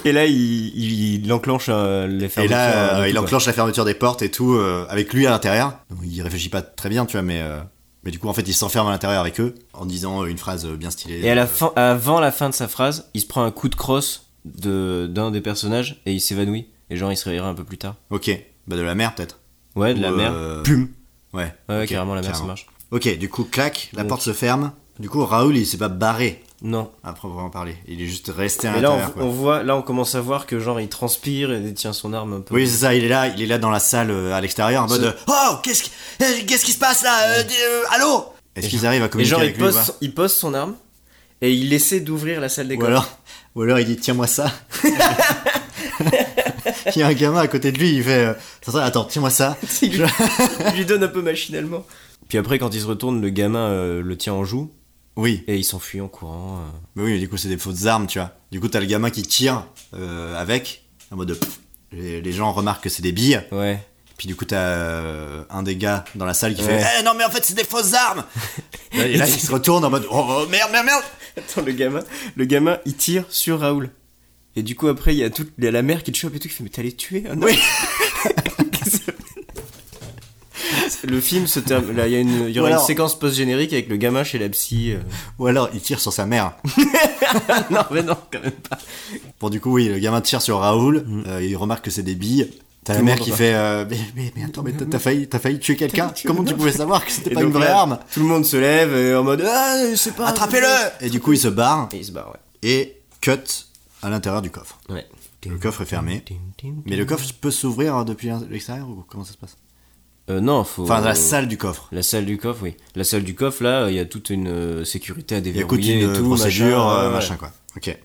A: Et là, il, il, il enclenche euh, les
B: Et
A: fermetures,
B: là,
A: euh,
B: euh,
A: de
B: il
A: tout, quoi.
B: enclenche la fermeture des portes et tout, euh, avec lui à l'intérieur. Donc, Il réfléchit pas très bien, tu vois, mais, euh, mais du coup, en fait, il s'enferme à l'intérieur avec eux en disant euh, une phrase euh, bien stylée.
A: Et à la fin, avant la fin de sa phrase, il se prend un coup de crosse de, d'un des personnages et il s'évanouit. Et genre, il se réveillera un peu plus tard.
B: Ok, bah de la mer peut-être.
A: Ouais, de la
B: Ou,
A: mer.
B: euh,
A: Pum.
B: Ouais.
A: Ouais, ouais,
B: ok,
A: carrément, la mer, ça marche.
B: Ok, du coup, clac, la
A: Donc-
B: porte se ferme. Du coup, Raoul, il s'est pas barré
A: Non.
B: à proprement parler. Il est juste resté à
A: Et là, on,
B: l'intérieur. quoi.
A: on voit, là, on commence à voir que genre, il transpire et détient son arme un peu.
B: Oui, c'est ça, il est là, il est là dans la salle euh, à l'extérieur en mode
A: Ce-
B: euh, Oh, qu'est-ce qui, eh, qu'est-ce qui se passe là Euh, dis- euh, Allô Est-ce qu'ils arrivent à
A: et
B: communiquer
A: genre, il
B: avec lui ou
A: pose,
B: pas
A: son- il pose son arme et il essaie d'ouvrir la salle des
B: Ou alors, ou alors il dit tiens-moi ça. il y a un gamin à côté de lui, il fait euh, Attends, attends, tiens-moi ça.
A: Il lui, il lui donne un peu machinalement. Puis après, quand il se retourne, le gamin euh, le tient en joue
B: Oui,
A: et il s'enfuit en courant. euh.
B: mais oui, mais du coup c'est des fausses armes, tu vois. Du coup t'as le gamin qui tire euh, avec, en mode de pff. les, les gens remarquent que c'est des billes.
A: Ouais.
B: Puis du coup t'as euh, un des gars dans la salle qui
A: Ouais.
B: fait Eh non mais en fait c'est des fausses armes. Et là il se retourne en mode oh, oh, merde merde merde.
A: Attends, le gamin, le gamin, il tire sur Raoul. Et du coup, après, il y a, toute, il y a la mère qui le chope et tout, qui fait Mais t'allais tuer un homme
B: Oui.
A: Le film se termine. Là, il y, a une- il y
B: Ou
A: aura
B: alors-
A: une séquence post-générique avec le gamin chez la psy. euh.
B: Ou alors il tire sur sa mère.
A: non, mais non, quand même pas.
B: Bon du coup oui le gamin tire sur Raoul, Euh, il remarque que c'est des billes. T'as la
A: Mm. le
B: mère
A: monde Mm.
B: qui
A: va.
B: fait euh, mais, mais, mais attends mais t'as t'as failli t'as failli tuer quelqu'un.
A: tué-
B: Comment tu pouvais savoir que c'était
A: Et
B: pas une
A: donc
B: vraie
A: là,
B: arme
A: Tout le monde se lève
B: euh,
A: et en mode Ah, c'est pas.
B: Attrapez-le Et du coup il se barre
A: Et il se barre, ouais.
B: et cut à l'intérieur du coffre.
A: ouais.
B: Le coffre est fermé. Mais le coffre peut s'ouvrir depuis l'extérieur ou comment ça se passe
A: Euh, non, faut.
B: Enfin la salle du coffre.
A: La salle du coffre, oui. La salle du coffre, là, il y a toute une euh, sécurité à
B: Il y a toute
A: déverrouiller
B: une
A: et tout,
B: procédure
A: machin,
B: euh,
A: ouais,
B: machin, quoi. Ok.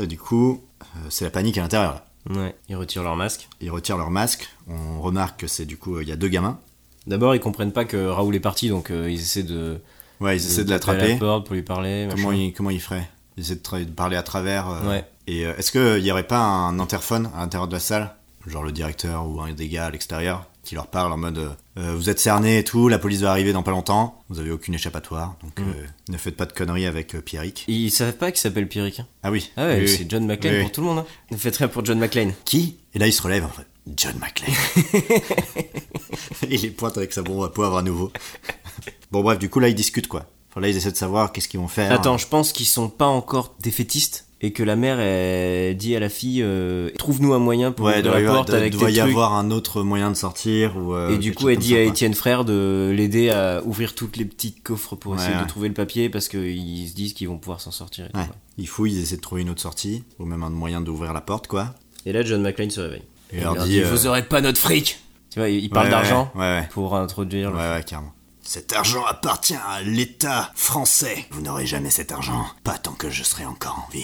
B: Et du coup euh, c'est la panique à l'intérieur. là.
A: ouais. Ouais, ils retirent leur masque.
B: Ils retirent leur masque. On remarque que c'est du coup euh, il y a deux gamins.
A: D'abord, ils comprennent pas que Raoul est parti, donc euh, ils essaient de.
B: Ouais ils essaient
A: taper
B: de
A: à la
B: l'attraper.
A: porte pour lui parler.
B: Comment
A: machin.
B: ils comment ils feraient Ils essaient de, tra- de parler à travers. euh,
A: Ouais.
B: Et euh, est-ce qu'il n'y aurait pas un interphone à l'intérieur de la salle Genre le directeur ou un des gars à l'extérieur qui leur parle en mode euh, Vous êtes cernés et tout, la police va arriver dans pas longtemps, vous avez aucune échappatoire, donc
A: Mm.
B: euh, ne faites pas de conneries avec euh, Pierrick.
A: Ils savent pas qu'il s'appelle Pierrick. hein.
B: Ah oui.
A: Ah ouais,
B: oui,
A: c'est
B: oui.
A: John McClane
B: Oui,
A: pour
B: oui.
A: tout le monde. hein. Ne faites rien pour John McClane.
B: Qui Et là il se relève en fait. John McClane. il les pointe avec sa bombe à poivre à nouveau. bon bref, du coup là ils discutent quoi. Enfin, là ils essaient de savoir qu'est-ce qu'ils vont faire.
A: Attends, je pense qu'ils sont pas encore défaitistes. et que la mère elle dit à la fille euh, trouve-nous un moyen pour
B: Ouais,
A: ouvrir
B: doit y
A: la
B: avoir-
A: porte
B: doit,
A: avec
B: doit
A: tes
B: y
A: trucs.
B: avoir un autre moyen de sortir. Ou, euh,
A: et du
B: quelque
A: coup, elle
B: chose
A: dit à
B: comme ça,
A: Étienne Frère de l'aider à ouvrir toutes les petites coffres pour
B: Ouais,
A: essayer
B: ouais.
A: de trouver le papier parce qu'ils se disent qu'ils vont pouvoir s'en sortir. Et, tout,
B: quoi. Ouais.
A: quoi.
B: Ils fouillent, ils essaient de trouver une autre sortie, ou même un moyen d'ouvrir la porte, quoi.
A: Et là, John McClane se réveille.
B: Et
A: Il
B: leur dit, euh,
A: Vous aurez pas notre fric Tu vois, il il
B: ouais,
A: parle
B: ouais,
A: d'argent
B: Ouais, ouais.
A: pour introduire le-
B: Ouais, ouais, carrément. Cet argent appartient à l'État français. Vous n'aurez jamais cet argent, pas tant que je serai encore en vie.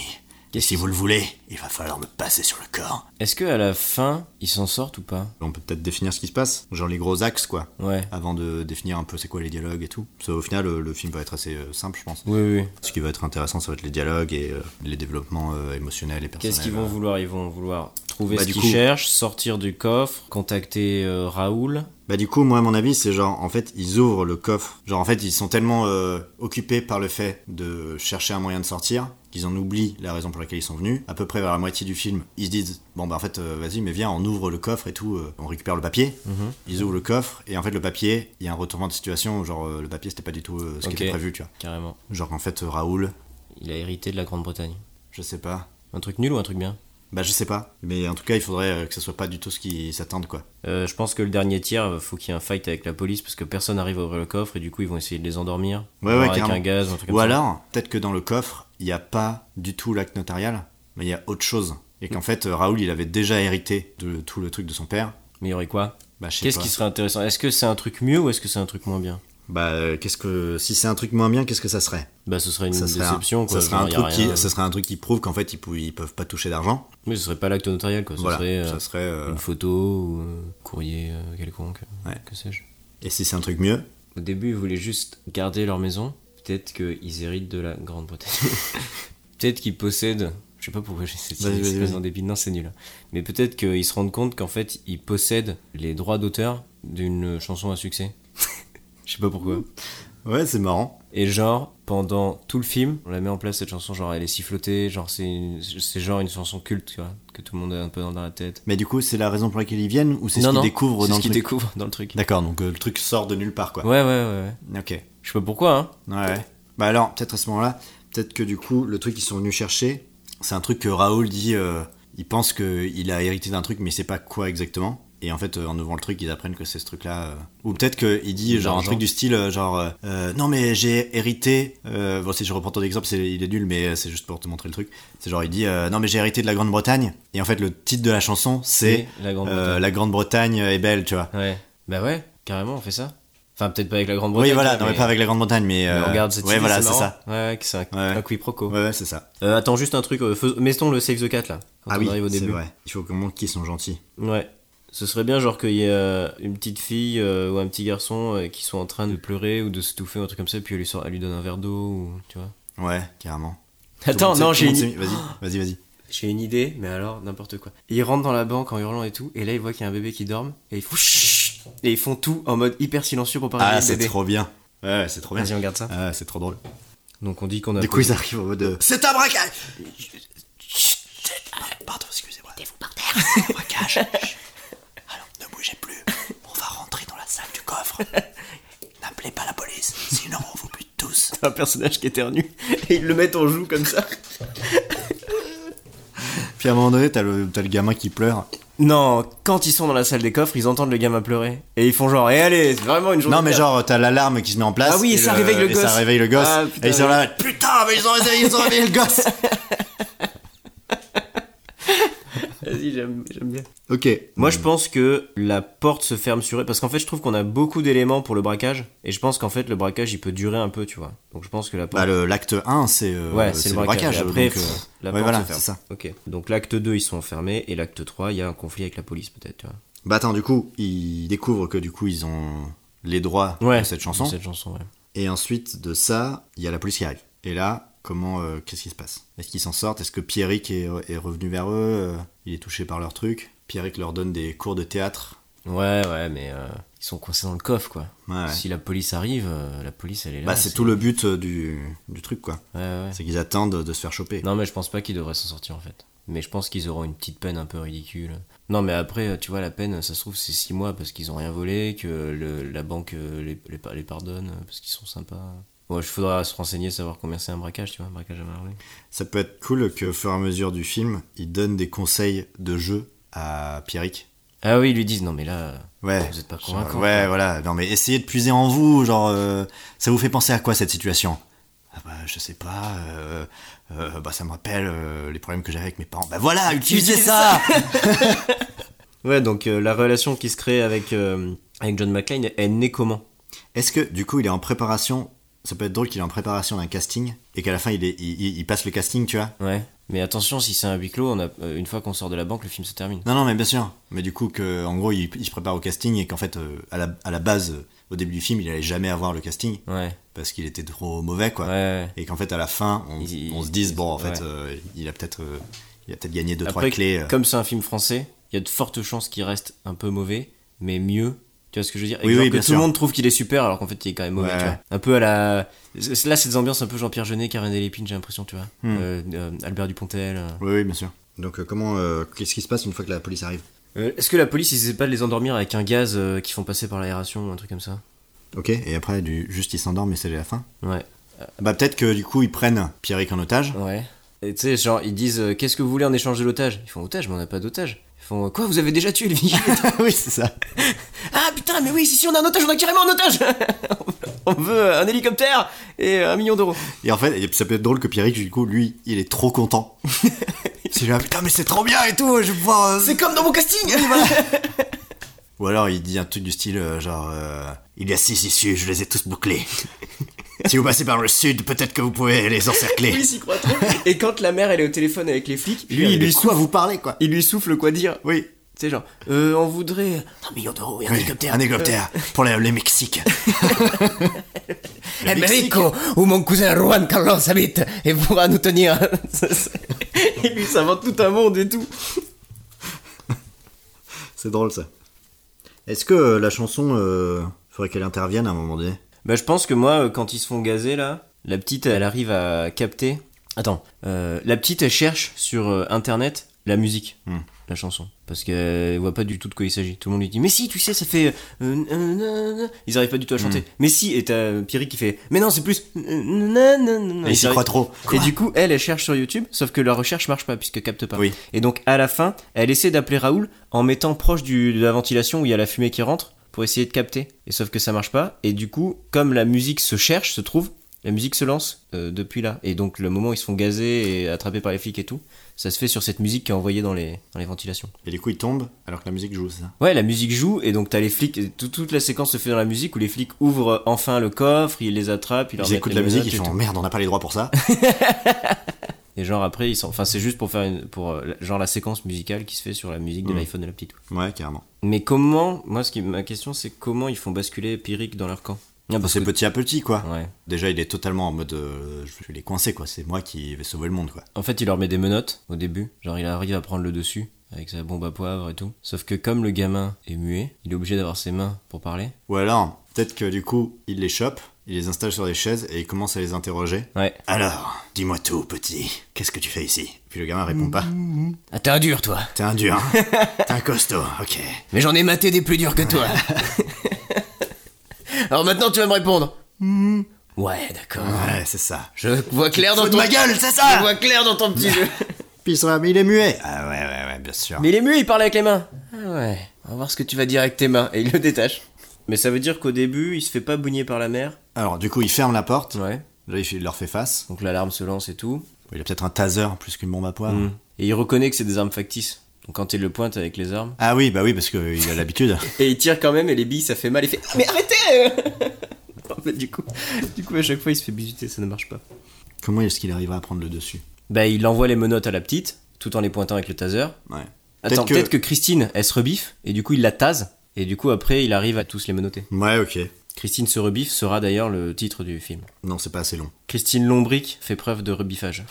B: Et
A: Qu'est-ce
B: si
A: qui-
B: vous le voulez, il va falloir me passer sur le corps.
A: Est-ce que à la fin, ils s'en sortent ou pas
B: On peut peut-être définir ce qui se passe, genre les gros axes, quoi.
A: Ouais.
B: Avant de définir un peu c'est quoi les dialogues et tout. Parce qu'au final, le, le film va être assez euh, simple, je pense.
A: Oui, oui.
B: Ce qui va être intéressant, ça va être les dialogues et euh, les développements euh, émotionnels et personnels.
A: Qu'est-ce qu'ils vont vouloir Ils vont vouloir trouver
B: Bah,
A: ce
B: du
A: qu'ils
B: coup-
A: cherchent, sortir du coffre, contacter euh, Raoul.
B: Bah du coup, moi, à mon avis, c'est genre, en fait, ils ouvrent le coffre. Genre, en fait, ils sont tellement euh, occupés par le fait de chercher un moyen de sortir qu'ils en oublient la raison pour laquelle ils sont venus. À peu près vers la moitié du film, ils se disent, bon, bah en fait, euh, vas-y, mais viens, on ouvre le coffre et tout, euh, on récupère le papier.
A: Mhm.
B: Ils ouvrent le coffre, et en fait, le papier, il y a un retournement de situation, où, genre, euh, le papier, c'était pas du tout euh, ce
A: Ok.
B: qui était prévu, tu vois.
A: Carrément.
B: Genre, en fait, euh, Raoul,
A: Il a hérité de la Grande-Bretagne.
B: je sais pas.
A: Un truc nul ou un truc bien
B: Bah je sais pas, mais en tout cas, il faudrait euh, que ce soit pas du tout ce qu'ils s'attendent, quoi.
A: Euh, je pense que le dernier tiers, euh, faut qu'il y ait un fight avec la police parce que personne n'arrive à ouvrir le coffre et du coup ils vont essayer de les endormir.
B: Ouais,
A: Voir
B: ouais,
A: avec
B: carrément.
A: un gaz, un truc comme
B: Ou
A: ça.
B: alors, peut-être que dans le coffre, il n'y a pas du tout l'acte notarial, mais il y a autre chose. Et
A: Mm.
B: qu'en fait, euh, Raoul, il avait déjà hérité de tout le truc de son père.
A: Mais il y aurait quoi
B: Bah, je sais
A: Qu'est-ce
B: pas.
A: qui serait intéressant Est-ce que c'est un truc mieux ou est-ce que c'est un truc moins bien
B: Bah, euh, qu'est-ce que. Si c'est un truc moins bien, qu'est-ce que ça serait
A: Bah ce serait une
B: ça serait, un-
A: déception quoi.
B: ça serait
A: Genre,
B: un
A: y a
B: truc qui,
A: rien.
B: ça serait un truc qui prouve qu'en fait, ils, pou- ils peuvent pas toucher d'argent.
A: Mais ce serait pas l'acte notarial quoi. Ce
B: Voilà.
A: serait euh,
B: Ça serait. euh,
A: une photo ou un courrier euh, quelconque.
B: Ouais.
A: Que sais-je.
B: Et si c'est un truc mieux
A: Au début ils voulaient juste garder leur maison. Peut-être qu'ils héritent de la Grande-Bretagne. Peut-être qu'ils possèdent. Je sais pas pourquoi j'ai cette
B: Vas-y, vas-y,
A: espèce
B: vas-y.
A: d'endébile. Non, c'est nul. Mais peut-être qu'ils se rendent compte qu'en fait, ils possèdent les droits d'auteur d'une chanson à succès. Je sais pas pourquoi.
B: Ouais, c'est marrant.
A: Et genre, pendant tout le film, on la met en place cette chanson, genre elle est sifflotée, genre c'est une- c'est genre une chanson culte, tu vois, que tout le monde a un peu dans la tête.
B: Mais du coup, c'est la raison pour laquelle ils viennent ou c'est ce
A: Non,
B: qu'ils
A: non,
B: découvrent
A: c'est
B: dans
A: ce
B: le
A: qu'ils
B: truc
A: découvrent dans le truc.
B: D'accord, donc euh, le truc sort de nulle part, quoi.
A: Ouais, ouais, ouais. ouais.
B: Ok.
A: Je sais pas pourquoi, hein.
B: Ouais, ouais. Bah alors, peut-être à ce moment-là, peut-être que du coup, le truc qu'ils sont venus chercher, c'est un truc que Raoul dit, euh, il pense qu'il a hérité d'un truc, mais il sait pas quoi exactement. Et en fait, euh, en ouvrant le truc, ils apprennent que c'est ce truc-là. euh. Ou peut-être qu'il dit genre un
A: L'argent.
B: truc du style, euh, genre, euh, Euh, non mais j'ai hérité. Euh, bon, si je reprends ton exemple, c'est- il est nul, mais euh, c'est juste pour te montrer le truc. C'est genre, il dit, euh, non mais j'ai hérité de la Grande-Bretagne. Et en fait, le titre de la chanson, c'est
A: Oui, la grande
B: euh, La Grande-Bretagne est belle, tu vois.
A: Ouais. Bah ouais, carrément, on fait ça. Enfin, peut-être pas avec la Grande-Bretagne.
B: Oui, voilà, non mais
A: mais-
B: pas avec la Grande-Bretagne, mais.
A: mais
B: euh,
A: on regarde cette
B: Ouais,
A: idée,
B: voilà, c'est
A: marrant.
B: ça.
A: Ouais, ouais, que c'est un,
B: Ouais.
A: un quiproquo.
B: Ouais, ouais, c'est ça.
A: Euh, attends, juste un truc, euh, fais- mettons le Save the Cat là, quand
B: ah
A: on
B: oui,
A: arrive au
B: c'est
A: début.
B: vrai. Il faut qu'on montre qu'ils sont gentils.
A: Ouais. Ce serait bien genre qu'il y ait euh, une petite fille euh, ou un petit garçon euh, qui sont en train de pleurer ou de se touffer ou un truc comme ça, puis elle lui, sort, elle lui donne un verre d'eau ou tu vois.
B: Ouais, carrément.
A: Attends,
B: Tout le
A: non,
B: monde
A: j'ai
B: s'est- tout le
A: une...
B: monde s'est- Vas-y, vas-y, vas-y.
A: j'ai une idée, mais alors n'importe quoi. Ils rentrent dans la banque en hurlant et tout, et là ils voient qu'il y a un bébé qui dorme, et ils font chut et ils font tout en mode hyper silencieux pour parler
B: Ah,
A: le
B: c'est
A: bébé.
B: trop bien. Ouais, c'est trop bien.
A: Vas-y, on garde ça.
B: Ah, c'est trop drôle.
A: Donc on dit qu'on a.
B: Du coup, ils arrivent en mode. euh, C'est un braquage Pardon, excusez-moi. vous par terre C'est un braquage Chut. Alors, ne bougez plus. On va rentrer dans la salle du coffre. N'appelez pas la police, sinon on vous bute tous.
A: un personnage qui éternue, et ils le mettent en joue comme ça.
B: Puis à un moment donné, t'as le, t'as le gamin qui pleure.
A: Non, quand ils sont dans la salle des coffres, ils entendent le gamin pleurer, et ils font genre, et allez, c'est vraiment une journée.
B: Non, mais
A: de
B: genre, t'as l'alarme qui se met en place.
A: Ah oui, et ça réveille le
B: et ça
A: gosse.
B: réveille le gosse.
A: Ah, putain,
B: et ils sont
A: oui.
B: là, putain, mais ils ont réveillé, ils ont réveillé le gosse.
A: Vas-y, j'aime j'aime bien.
B: Ok.
A: Moi, je pense que la porte se ferme sur elle. Parce qu'en fait, je trouve qu'on a beaucoup d'éléments pour le braquage. Et je pense qu'en fait, le braquage, il peut durer un peu, tu vois. Donc, je pense que la porte.
B: Bah, le- l'acte 1, c'est euh,
A: ouais,
B: c'est
A: c'est le braquage. Et après,
B: donc, euh,
A: pff, la
B: ouais,
A: porte
B: voilà,
A: se ferme.
B: c'est ça.
A: Ok. Donc, l'acte 2, ils sont fermés. Et l'acte 3, il y a un conflit avec la police, peut-être, tu vois.
B: Bah attends, du coup, ils découvrent que du coup, ils ont les droits de cette chanson.
A: Cette chanson, ouais.
B: Et ensuite de ça, il y a la police qui arrive. Et là, comment, euh, qu'est-ce qui se passe Est-ce qu'ils s'en sortent Est-ce que Pierrick est, est revenu vers eux Euh, Il est touché par leur truc Pierrick leur donne des cours de théâtre.
A: Ouais, ouais, mais euh, ils sont coincés dans le coffre, quoi.
B: Ouais, ouais.
A: Si la police arrive, euh, la police, elle est là.
B: bah, c'est tout le but euh, du, du truc, quoi.
A: Ouais, ouais.
B: C'est qu'ils attendent de se faire choper.
A: Non, mais je pense pas qu'ils devraient s'en sortir en fait. Mais je pense qu'ils auront une petite peine un peu ridicule. Non, mais après, tu vois, la peine, ça se trouve, c'est 6 mois parce qu'ils ont rien volé, que le- la banque euh, les, les, par- les pardonne, euh, parce qu'ils sont sympas. Bon, il faudra se renseigner, savoir combien c'est un braquage, tu vois, un braquage à main armée.
B: Ça peut être cool que, au fur et à mesure du film, il donne des conseils de jeu à Pierrick.
A: Ah oui, ils lui disent, non mais là,
B: Ouais.
A: vous êtes pas
B: Genre,
A: convaincant.
B: ouais, voilà. Non, mais essayez de puiser en vous. Genre, euh, ça vous fait penser à quoi cette situation Ah bah, je sais pas. euh, euh, bah, ça me rappelle euh, les problèmes que j'avais avec mes parents. Bah voilà, utilisez ça.
A: Ouais, donc euh, la relation qui se crée avec, euh, avec John McClane, elle naît comment
B: Est-ce que du coup, il est en préparation Ça peut être drôle qu'il est en préparation d'un casting et qu'à la fin, il, est, il, il- il passe le casting, tu vois
A: Ouais. Mais attention, si c'est un huis clos, on a, euh, une fois qu'on sort de la banque, le film se termine.
B: Non, non, mais bien sûr. Mais du coup, que en gros, il, il se prépare au casting et qu'en fait, euh, à, la, à la base, euh, au début du film, il allait jamais avoir le casting
A: Ouais,
B: parce qu'il était trop mauvais, quoi.
A: ouais, ouais.
B: et qu'en fait à la fin on,
A: Il-
B: on se dise
A: il-
B: bon en
A: ouais.
B: fait euh, il a peut-être euh, il a peut-être gagné deux
A: Après,
B: trois clés euh.
A: Comme c'est un film français, il y a de fortes chances qu'il reste un peu mauvais, mais mieux. Tu vois ce que je veux dire Et
B: Oui,
A: genre
B: oui,
A: que
B: bien
A: tout
B: sûr.
A: le monde trouve qu'il est super alors qu'en fait il est quand même mauvais.
B: Ouais,
A: tu vois.
B: ouais.
A: Un peu à la. c'est- Là, c'est des ambiances un peu Jean-Pierre Jeunet, Karen Delépine, j'ai l'impression, tu vois.
B: Hmm.
A: Euh, euh, Albert Dupontel. euh.
B: oui oui bien sûr donc euh, comment euh, qu'est-ce qui se passe une fois que la police arrive
A: Euh, Est-ce que la police, ils essaient pas de les endormir avec un gaz euh, qu'ils font passer par l'aération ou un truc comme ça
B: ok et après du juste il s'endort mais c'est la fin
A: Ouais.
B: bah peut-être que du coup ils prennent Pierrick en otage
A: Ouais. Et tu sais, genre, ils disent euh, Qu'est-ce que vous voulez en échange de l'otage Ils font Otage, mais on n'a pas d'otage. Ils font Quoi, vous avez déjà tué le vigile
B: oui c'est ça
A: Ah putain, mais oui, si, si, on a un otage, on a carrément un otage On veut un hélicoptère et un million d'euros.
B: et en fait et ça peut être drôle que Pierrick du coup lui il est trop content c'est là ah, putain mais c'est trop bien et tout je vais pouvoir euh,
A: C'est comme dans mon casting
B: ou alors il dit un truc du style euh, genre euh, il y a six issues je les ai tous bouclées si vous passez par le sud peut-être que vous pouvez les encercler
A: Oui, s'y croit trop. Et quand la mère, elle est au téléphone avec les flics,
B: lui
A: il
B: il
A: lui,
B: lui quoi vous parlez quoi
A: il lui souffle quoi dire.
B: oui
A: Tu sais, genre, euh, on voudrait un million d'euros et un
B: Oui,
A: hélicoptère.
B: Un hélicoptère Euh. pour les, les Mexiques.
A: Euh, Mexico, où mon cousin Juan Carlos habite, et pourra nous tenir. et lui, ça invente tout un monde et tout.
B: C'est drôle ça. Est-ce que euh, la chanson, euh, faudrait qu'elle intervienne à un moment donné
A: Bah, je pense que moi, euh, quand ils se font gazer là, la petite, elle arrive à capter. Attends, euh, la petite, elle cherche sur euh, internet la musique,
B: Hmm.
A: la chanson, parce qu'elle voit pas du tout de quoi il s'agit. Tout le monde lui dit, mais si, tu sais, ça fait. euh, euh, euh, euh, ils arrivent pas du tout à chanter.
B: Hmm.
A: Mais si, et t'as euh, Pierrick qui fait, mais non, c'est plus. euh, euh, euh, euh, euh,
B: Et Il s'y
A: arrivent-
B: croit trop.
A: Et du coup, elle, elle cherche sur YouTube, sauf que la recherche marche pas puisque capte pas.
B: Oui.
A: Et donc, à la fin, elle essaie d'appeler Raoul en mettant proche du, de la ventilation où il y a la fumée qui rentre pour essayer de capter. Et sauf que ça marche pas. Et du coup, comme la musique se cherche, se trouve, la musique se lance euh, depuis là. Et donc, le moment où ils se font gazer et attrapés par les flics et tout, ça se fait sur cette musique qui est envoyée dans les, dans les ventilations.
B: Et du coup, il tombe alors que la musique joue, c'est ça
A: Ouais, la musique joue et donc t'as les flics. et tout- toute la séquence se fait dans la musique où les flics ouvrent euh, enfin le coffre, ils les attrapent, ils leur
B: Ils
A: mettent
B: écoutent
A: les
B: la musique,
A: menottes
B: ils
A: et tout.
B: font merde, on n'a pas les droits pour ça.
A: Et genre après, ils sont... enfin c'est juste pour faire une... pour euh, la- genre la séquence musicale qui se fait sur la musique de
B: Mm.
A: l'iPhone de la petite.
B: ouais, carrément.
A: Mais comment, moi ce qui ma question c'est comment ils font basculer Pyrrhic dans leur camp Ah,
B: Bah,
A: parce
B: c'est
A: que-
B: petit à petit, quoi.
A: Ouais.
B: Déjà, il est totalement en mode euh, je vais les coincer, quoi. C'est moi qui vais sauver le monde, quoi.
A: En fait, il leur met des menottes au début, genre il arrive à prendre le dessus avec sa bombe à poivre et tout. Sauf que comme le gamin est muet, il est obligé d'avoir ses mains pour parler.
B: Ou alors, peut-être que du coup, il les chope, il les installe sur des chaises et il commence à les interroger.
A: Ouais.
B: Alors, dis-moi tout, petit. Qu'est-ce que tu fais ici Puis le gamin répond pas.
A: Ah t'es un dur toi,
B: T'es un dur, hein T'es un costaud, ok.
A: mais j'en ai maté des plus durs que toi. Alors maintenant tu vas me répondre. Ouais, d'accord.
B: Ouais, c'est ça.
A: Mm. Je vois clair
B: Fous
A: dans
B: de
A: ton.
B: ma gueule, c'est
A: Je
B: ça
A: vois clair dans ton petit jeu.
B: Puis il sera- mais il est muet Ah ouais, ouais, ouais, bien sûr.
A: Mais il est muet, il parle avec les mains. Ah ouais. On va voir ce que tu vas dire avec tes mains. Et il le détache. Mais ça veut dire qu'au début, il se fait pas bougner par la mer.
B: Alors, du coup, il ferme la porte.
A: Ouais.
B: Là, il fait- il leur fait face.
A: Donc l'alarme se lance et tout.
B: Il a peut-être un taser plus qu'une bombe à poivre.
A: Et il reconnaît que c'est des armes factices. Donc quand il le pointe avec les armes.
B: Ah oui, bah oui, parce qu'il a l'habitude.
A: Et il tire quand même et les billes ça fait mal. Il fait Ah, Mais arrêtez En fait, du coup, du coup, à chaque fois il se fait bizuter, ça ne marche pas.
B: Comment est-ce qu'il arrivera à prendre le dessus
A: Bah il envoie les menottes à la petite, tout en les pointant avec le taser.
B: Ouais.
A: Attends, peut-être que... Christine, elle se rebiffe, et du coup il la tase, et du coup après il arrive à tous les menotter.
B: Ouais, ok.
A: Christine se rebiffe sera d'ailleurs le titre du film.
B: Non, c'est pas assez long.
A: Christine Lombric fait preuve de rebiffage.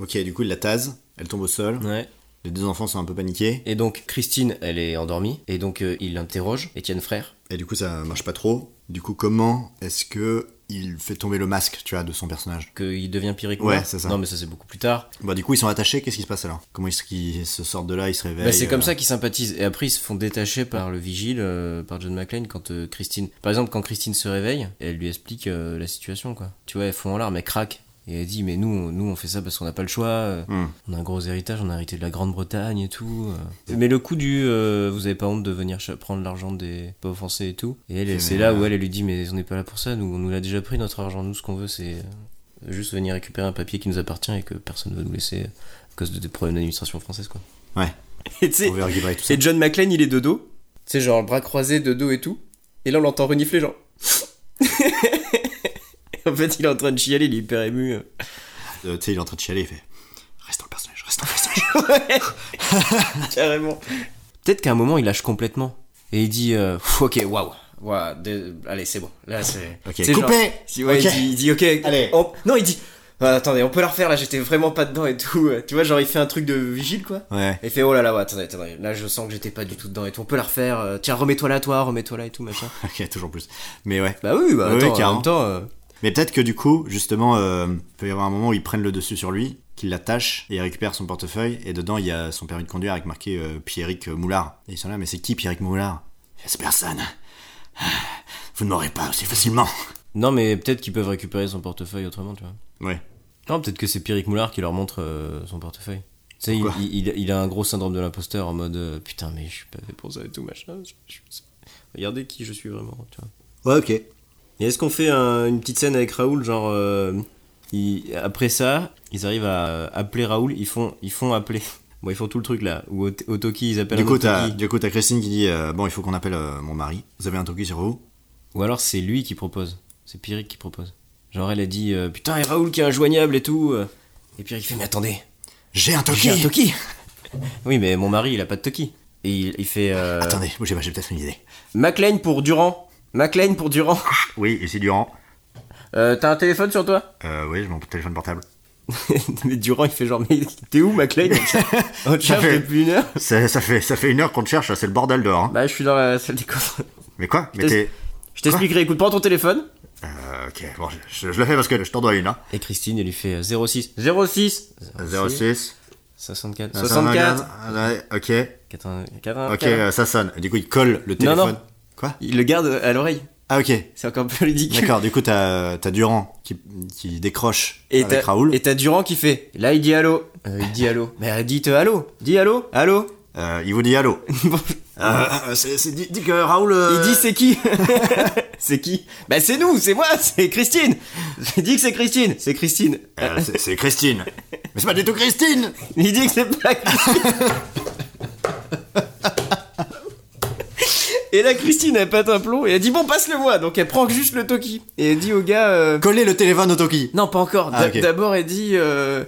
B: Ok, du coup, il la tase, elle tombe au sol.
A: Ouais.
B: Les deux enfants sont un peu paniqués.
A: Et donc Christine, elle est endormie, et donc euh, il l'interroge, Étienne Frère.
B: Et du coup, ça marche pas trop. Du coup, comment est-ce que il fait tomber le masque, tu vois, de son personnage
A: Qu'il devient Pyrrhic
B: Ouais,
A: Noir.
B: c'est ça.
A: Non, mais ça c'est beaucoup plus tard.
B: Bah, du coup, ils sont attachés. Qu'est-ce qui se passe alors Comment est-ce qu'ils se sortent de là Ils se réveillent
A: Bah, c'est comme
B: euh,
A: ça qu'ils sympathisent. Et après, ils se font détacher par le vigile, euh, par John McClane, quand euh, Christine. Par exemple, quand Christine se réveille, elle lui explique euh, la situation, quoi. Tu vois, elle fond en larmes, elle craque. Et elle dit, mais nous, nous on fait ça parce qu'on n'a pas le choix. euh,
B: Hmm.
A: On a un gros héritage, on a hérité de la Grande-Bretagne et tout. euh. Mais le coup du euh, vous avez pas honte de venir ch- prendre l'argent des pauvres français et tout. Et elle,
B: C'est
A: c'est là où elle, elle lui dit mais on n'est pas là pour ça, nous on nous l'a déjà pris notre argent, nous ce qu'on veut c'est euh, juste venir récupérer un papier qui nous appartient et que personne ne veut nous laisser euh, à cause de des problèmes d'administration française quoi.
B: Ouais.
A: Et tu sais,
B: Overgiver et tout ça.
A: et John McClane il est de dos, tu sais genre le bras croisé de dos et tout. Et là on l'entend renifler genre. en fait il est en train de chialer, il est hyper ému.
B: Euh, tu sais, il est en train de chialer. Il fait Reste dans le personnage, reste dans le personnage.
A: Carrément. Peut-être qu'à un moment, il lâche complètement. Et il dit euh, Pff, Ok, waouh. Waouh, de- allez, c'est bon. Là, c'est.
B: Ok,
A: c'est
B: coupé
A: genre- Si- ouais,
B: Ok.
A: Il, dit, il dit, Ok,
B: Allez.
A: on- Non, il dit Ah, Attendez, on peut la refaire là, j'étais vraiment pas dedans et tout. Tu vois, genre, il fait un truc de vigile quoi.
B: ouais.
A: Et il fait Oh là là, ouais, attendez, attendez. Là, je sens que j'étais pas du tout dedans et tout. On peut la refaire. euh, Tiens, remets-toi là, toi, remets-toi là et tout, machin.
B: Ok, toujours plus. Mais ouais.
A: bah oui, bah
B: Ouais,
A: attends, en
B: carrément.
A: même temps. euh,
B: Mais peut-être que du coup, justement, euh, il peut y avoir un moment où ils prennent le dessus sur lui, qu'ils l'attachent et ils récupèrent son portefeuille. Et dedans, il y a son permis de conduire avec marqué euh, Pierrick Moulard. Et ils sont là, mais c'est qui Pierrick Moulard C'est personne. Ah, Vous ne m'aurez pas aussi facilement.
A: Non, mais peut-être qu'ils peuvent récupérer son portefeuille autrement, tu vois.
B: Ouais.
A: Non, peut-être que c'est Pierrick Moulard qui leur montre euh, son portefeuille. Tu sais, il,
B: Pourquoi
A: il- il- il a un gros syndrome de l'imposteur en mode euh, putain, mais je suis pas fait pour ça et tout, machin. Je- je- je- Regardez qui je suis vraiment, tu vois.
B: Ouais, ok.
A: Et est-ce qu'on fait un- une petite scène avec Raoul, genre. euh, il- après ça, ils arrivent à euh, appeler Raoul, ils font, ils font appeler. Bon, ils font tout le truc là, où au, au Toki ils appellent
B: Du
A: un
B: coup,
A: autre
B: t'as,
A: Toki.
B: du coup, t'as Christine qui dit euh, Bon, il faut qu'on appelle euh, mon mari. Vous avez un toki sur vous
A: Ou alors c'est lui qui propose. C'est Pierrick qui propose. Genre, elle a dit euh, putain, et Raoul qui est injoignable et tout. euh. Et Pierrick fait mais attendez,
B: J'ai un toki Euh.
A: J'ai un toki Oui, mais mon mari, il a pas de toki. Et il, il fait. Euh,
B: Attendez, bougez pas, j'ai peut-être une idée.
A: McLean pour Durand. McLean pour Durand.
B: Oui, et c'est Durand.
A: Euh, T'as un téléphone sur toi
B: Euh, oui, j'ai mon téléphone portable.
A: Mais Durand, il fait genre, mais t'es où, McLean On te cherche
B: fait-
A: depuis une heure.
B: Ça, ça fait, ça fait une heure qu'on te cherche, c'est le bordel dehors. hein.
A: Bah, je suis dans la salle des coffres.
B: Mais quoi Mais
A: Qu'est-ce-
B: t'es.
A: Je t'expliquerai, écoute, prends ton téléphone.
B: Euh, ok, bon, je, je- je le fais parce que je t'en dois une, hein.
A: Et Christine, elle lui fait euh, 06. 06
B: 06.
A: 64.
B: 64.
A: 64.
B: Ok,
A: 84.
B: ok, euh, ça sonne. Du coup, il colle le téléphone.
A: non.
B: Quoi
A: Il le garde à l'oreille.
B: Ah, ok.
A: C'est encore plus ridicule.
B: D'accord, du coup, t'as t'as Durand qui, qui décroche
A: Et
B: avec
A: t'as-
B: Raoul.
A: Et t'as Durand qui fait. Là, il dit allô. Euh, il dit allô. Mais euh, dites euh, allô. Dis allô. Allô.
B: Euh, il vous dit allô.
A: Bon,
B: Euh, euh, c'est- c'est- dis, dis que Raoul. euh,
A: Il dit c'est qui Euh. C'est qui Bah c'est nous, c'est moi, c'est Christine. Il dit que c'est Christine, c'est Christine.
B: euh, c'est c'est Christine. Mais c'est pas du tout Christine
A: Il dit que c'est pas Christine. Et là, Christine, elle pète un plomb et elle dit Bon, passe-le-moi. Donc, elle prend juste le toki. Et elle dit au gars euh,
B: Coller le téléphone au Toki.
A: Non, pas encore.
B: Ah,
A: D'a-
B: ok.
A: D'abord, elle dit euh,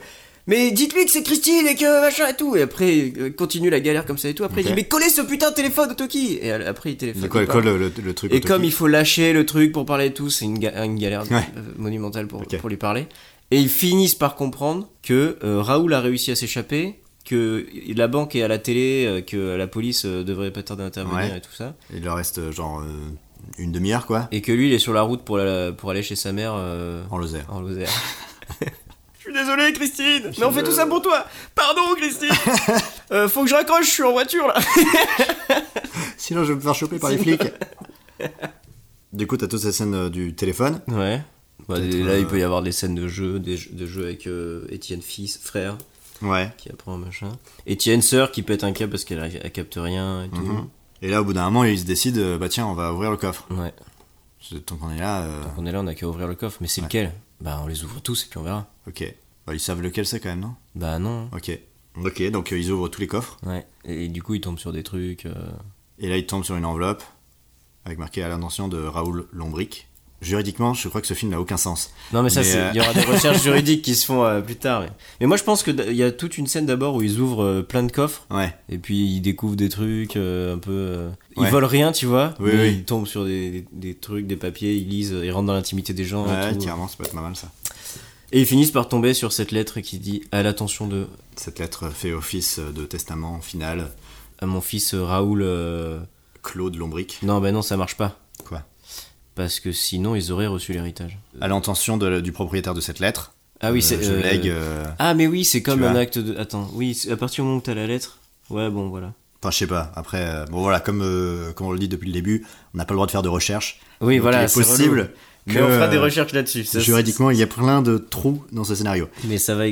A: Mais dites-lui que c'est Christine et que machin et tout. Et après, euh, continue la galère comme ça et tout. Après,
B: Ok.
A: il dit Mais collez ce putain de téléphone au toki. Et elle- après, il téléphone.
B: Du coup, elle
A: il parle.
B: colle le, le truc au
A: Et comme
B: Toki.
A: il faut lâcher le truc pour parler et tout, c'est une, ga- une galère
B: Ouais.
A: euh, monumentale pour,
B: Ok.
A: pour lui parler. Et ils finissent par comprendre que euh, Raoul a réussi à s'échapper, que la banque est à la télé, euh, que la police euh, devrait pas tarder à intervenir
B: Ouais.
A: et tout ça.
B: Il leur reste euh, genre euh, une demi-heure, quoi.
A: Et que lui, il est sur la route pour, la- pour aller chez sa mère euh,
B: En Lozère.
A: en Lozère. Je suis désolé, Christine, mais on fait
B: Je-
A: tout ça pour toi. Pardon, Christine. Euh, faut que je raccroche, je suis en voiture là.
B: Sinon, je vais me faire choper par les flics. du coup, t'as toute cette scène euh, du téléphone.
A: Ouais. Bah,
B: Peut-être,
A: des- là,
B: euh,
A: il peut y avoir des scènes de jeu, des jeux, de jeux avec euh, Étienne fils, frère.
B: Ouais.
A: qui apprend un machin. Etienne sœur qui pète un câble parce qu'elle a- elle capte rien et tout.
B: Et là, au bout d'un moment, ils se décident, euh, bah tiens, on va ouvrir le coffre.
A: Ouais.
B: Tant qu'on est là, euh,
A: On est là, on a qu'à ouvrir le coffre, mais c'est lequel Bah on les ouvre tous et puis on verra.
B: ok. Bah, ils savent lequel c'est quand même, non
A: Bah non.
B: Ok. Ok, donc euh, ils ouvrent tous les coffres.
A: Ouais. Et, et du coup ils tombent sur des trucs. euh,
B: Et là, ils tombent sur une enveloppe avec marqué à l'intention de Raoul Lombric. Juridiquement, je crois que ce film n'a aucun sens.
A: Non mais ça
B: Mais,
A: c'est-
B: euh,
A: il y aura des recherches juridiques qui se font euh, plus tard. Mais, mais moi je pense que d- il y a toute une scène d'abord où ils ouvrent euh, plein de coffres.
B: Ouais.
A: Et puis ils découvrent des trucs euh, un peu. euh, Ils
B: Ouais.
A: volent rien, tu vois.
B: Oui,
A: mais
B: oui.
A: Ils tombent sur des, des- des trucs, des papiers, ils lisent, ils rentrent euh, dans l'intimité des gens. et
B: Ouais,
A: tout.
B: clairement, ça peut être pas mal ça.
A: Et ils finissent par tomber sur cette lettre qui dit à l'attention de
B: Cette lettre euh, fait office de testament final.
A: à mon fils euh, Raoul. euh,
B: Claude Lombric.
A: Non, ben non, ça marche pas.
B: Quoi
A: Parce que sinon, ils auraient reçu l'héritage.
B: À l'intention de- du propriétaire de cette lettre.
A: Ah oui,
B: euh,
A: c'est.
B: Je
A: euh,
B: lègue. euh,
A: Ah, mais oui, c'est comme
B: Tu
A: un
B: vois.
A: acte de. Attends, oui, c'est- à partir du moment où t'as la lettre. Ouais, bon, voilà.
B: Enfin, je sais pas. Après, euh, bon voilà, comme, euh, comme on le dit depuis le début, on n'a pas le droit de faire de recherche.
A: Oui,
B: Donc,
A: voilà,
B: Il est
A: c'est relou.
B: possible.
A: Mais
B: que,
A: on fera des
B: euh,
A: recherches là-dessus. ça, c'est-
B: Juridiquement, il y a plein de trous dans ce scénario.
A: Mais ça va.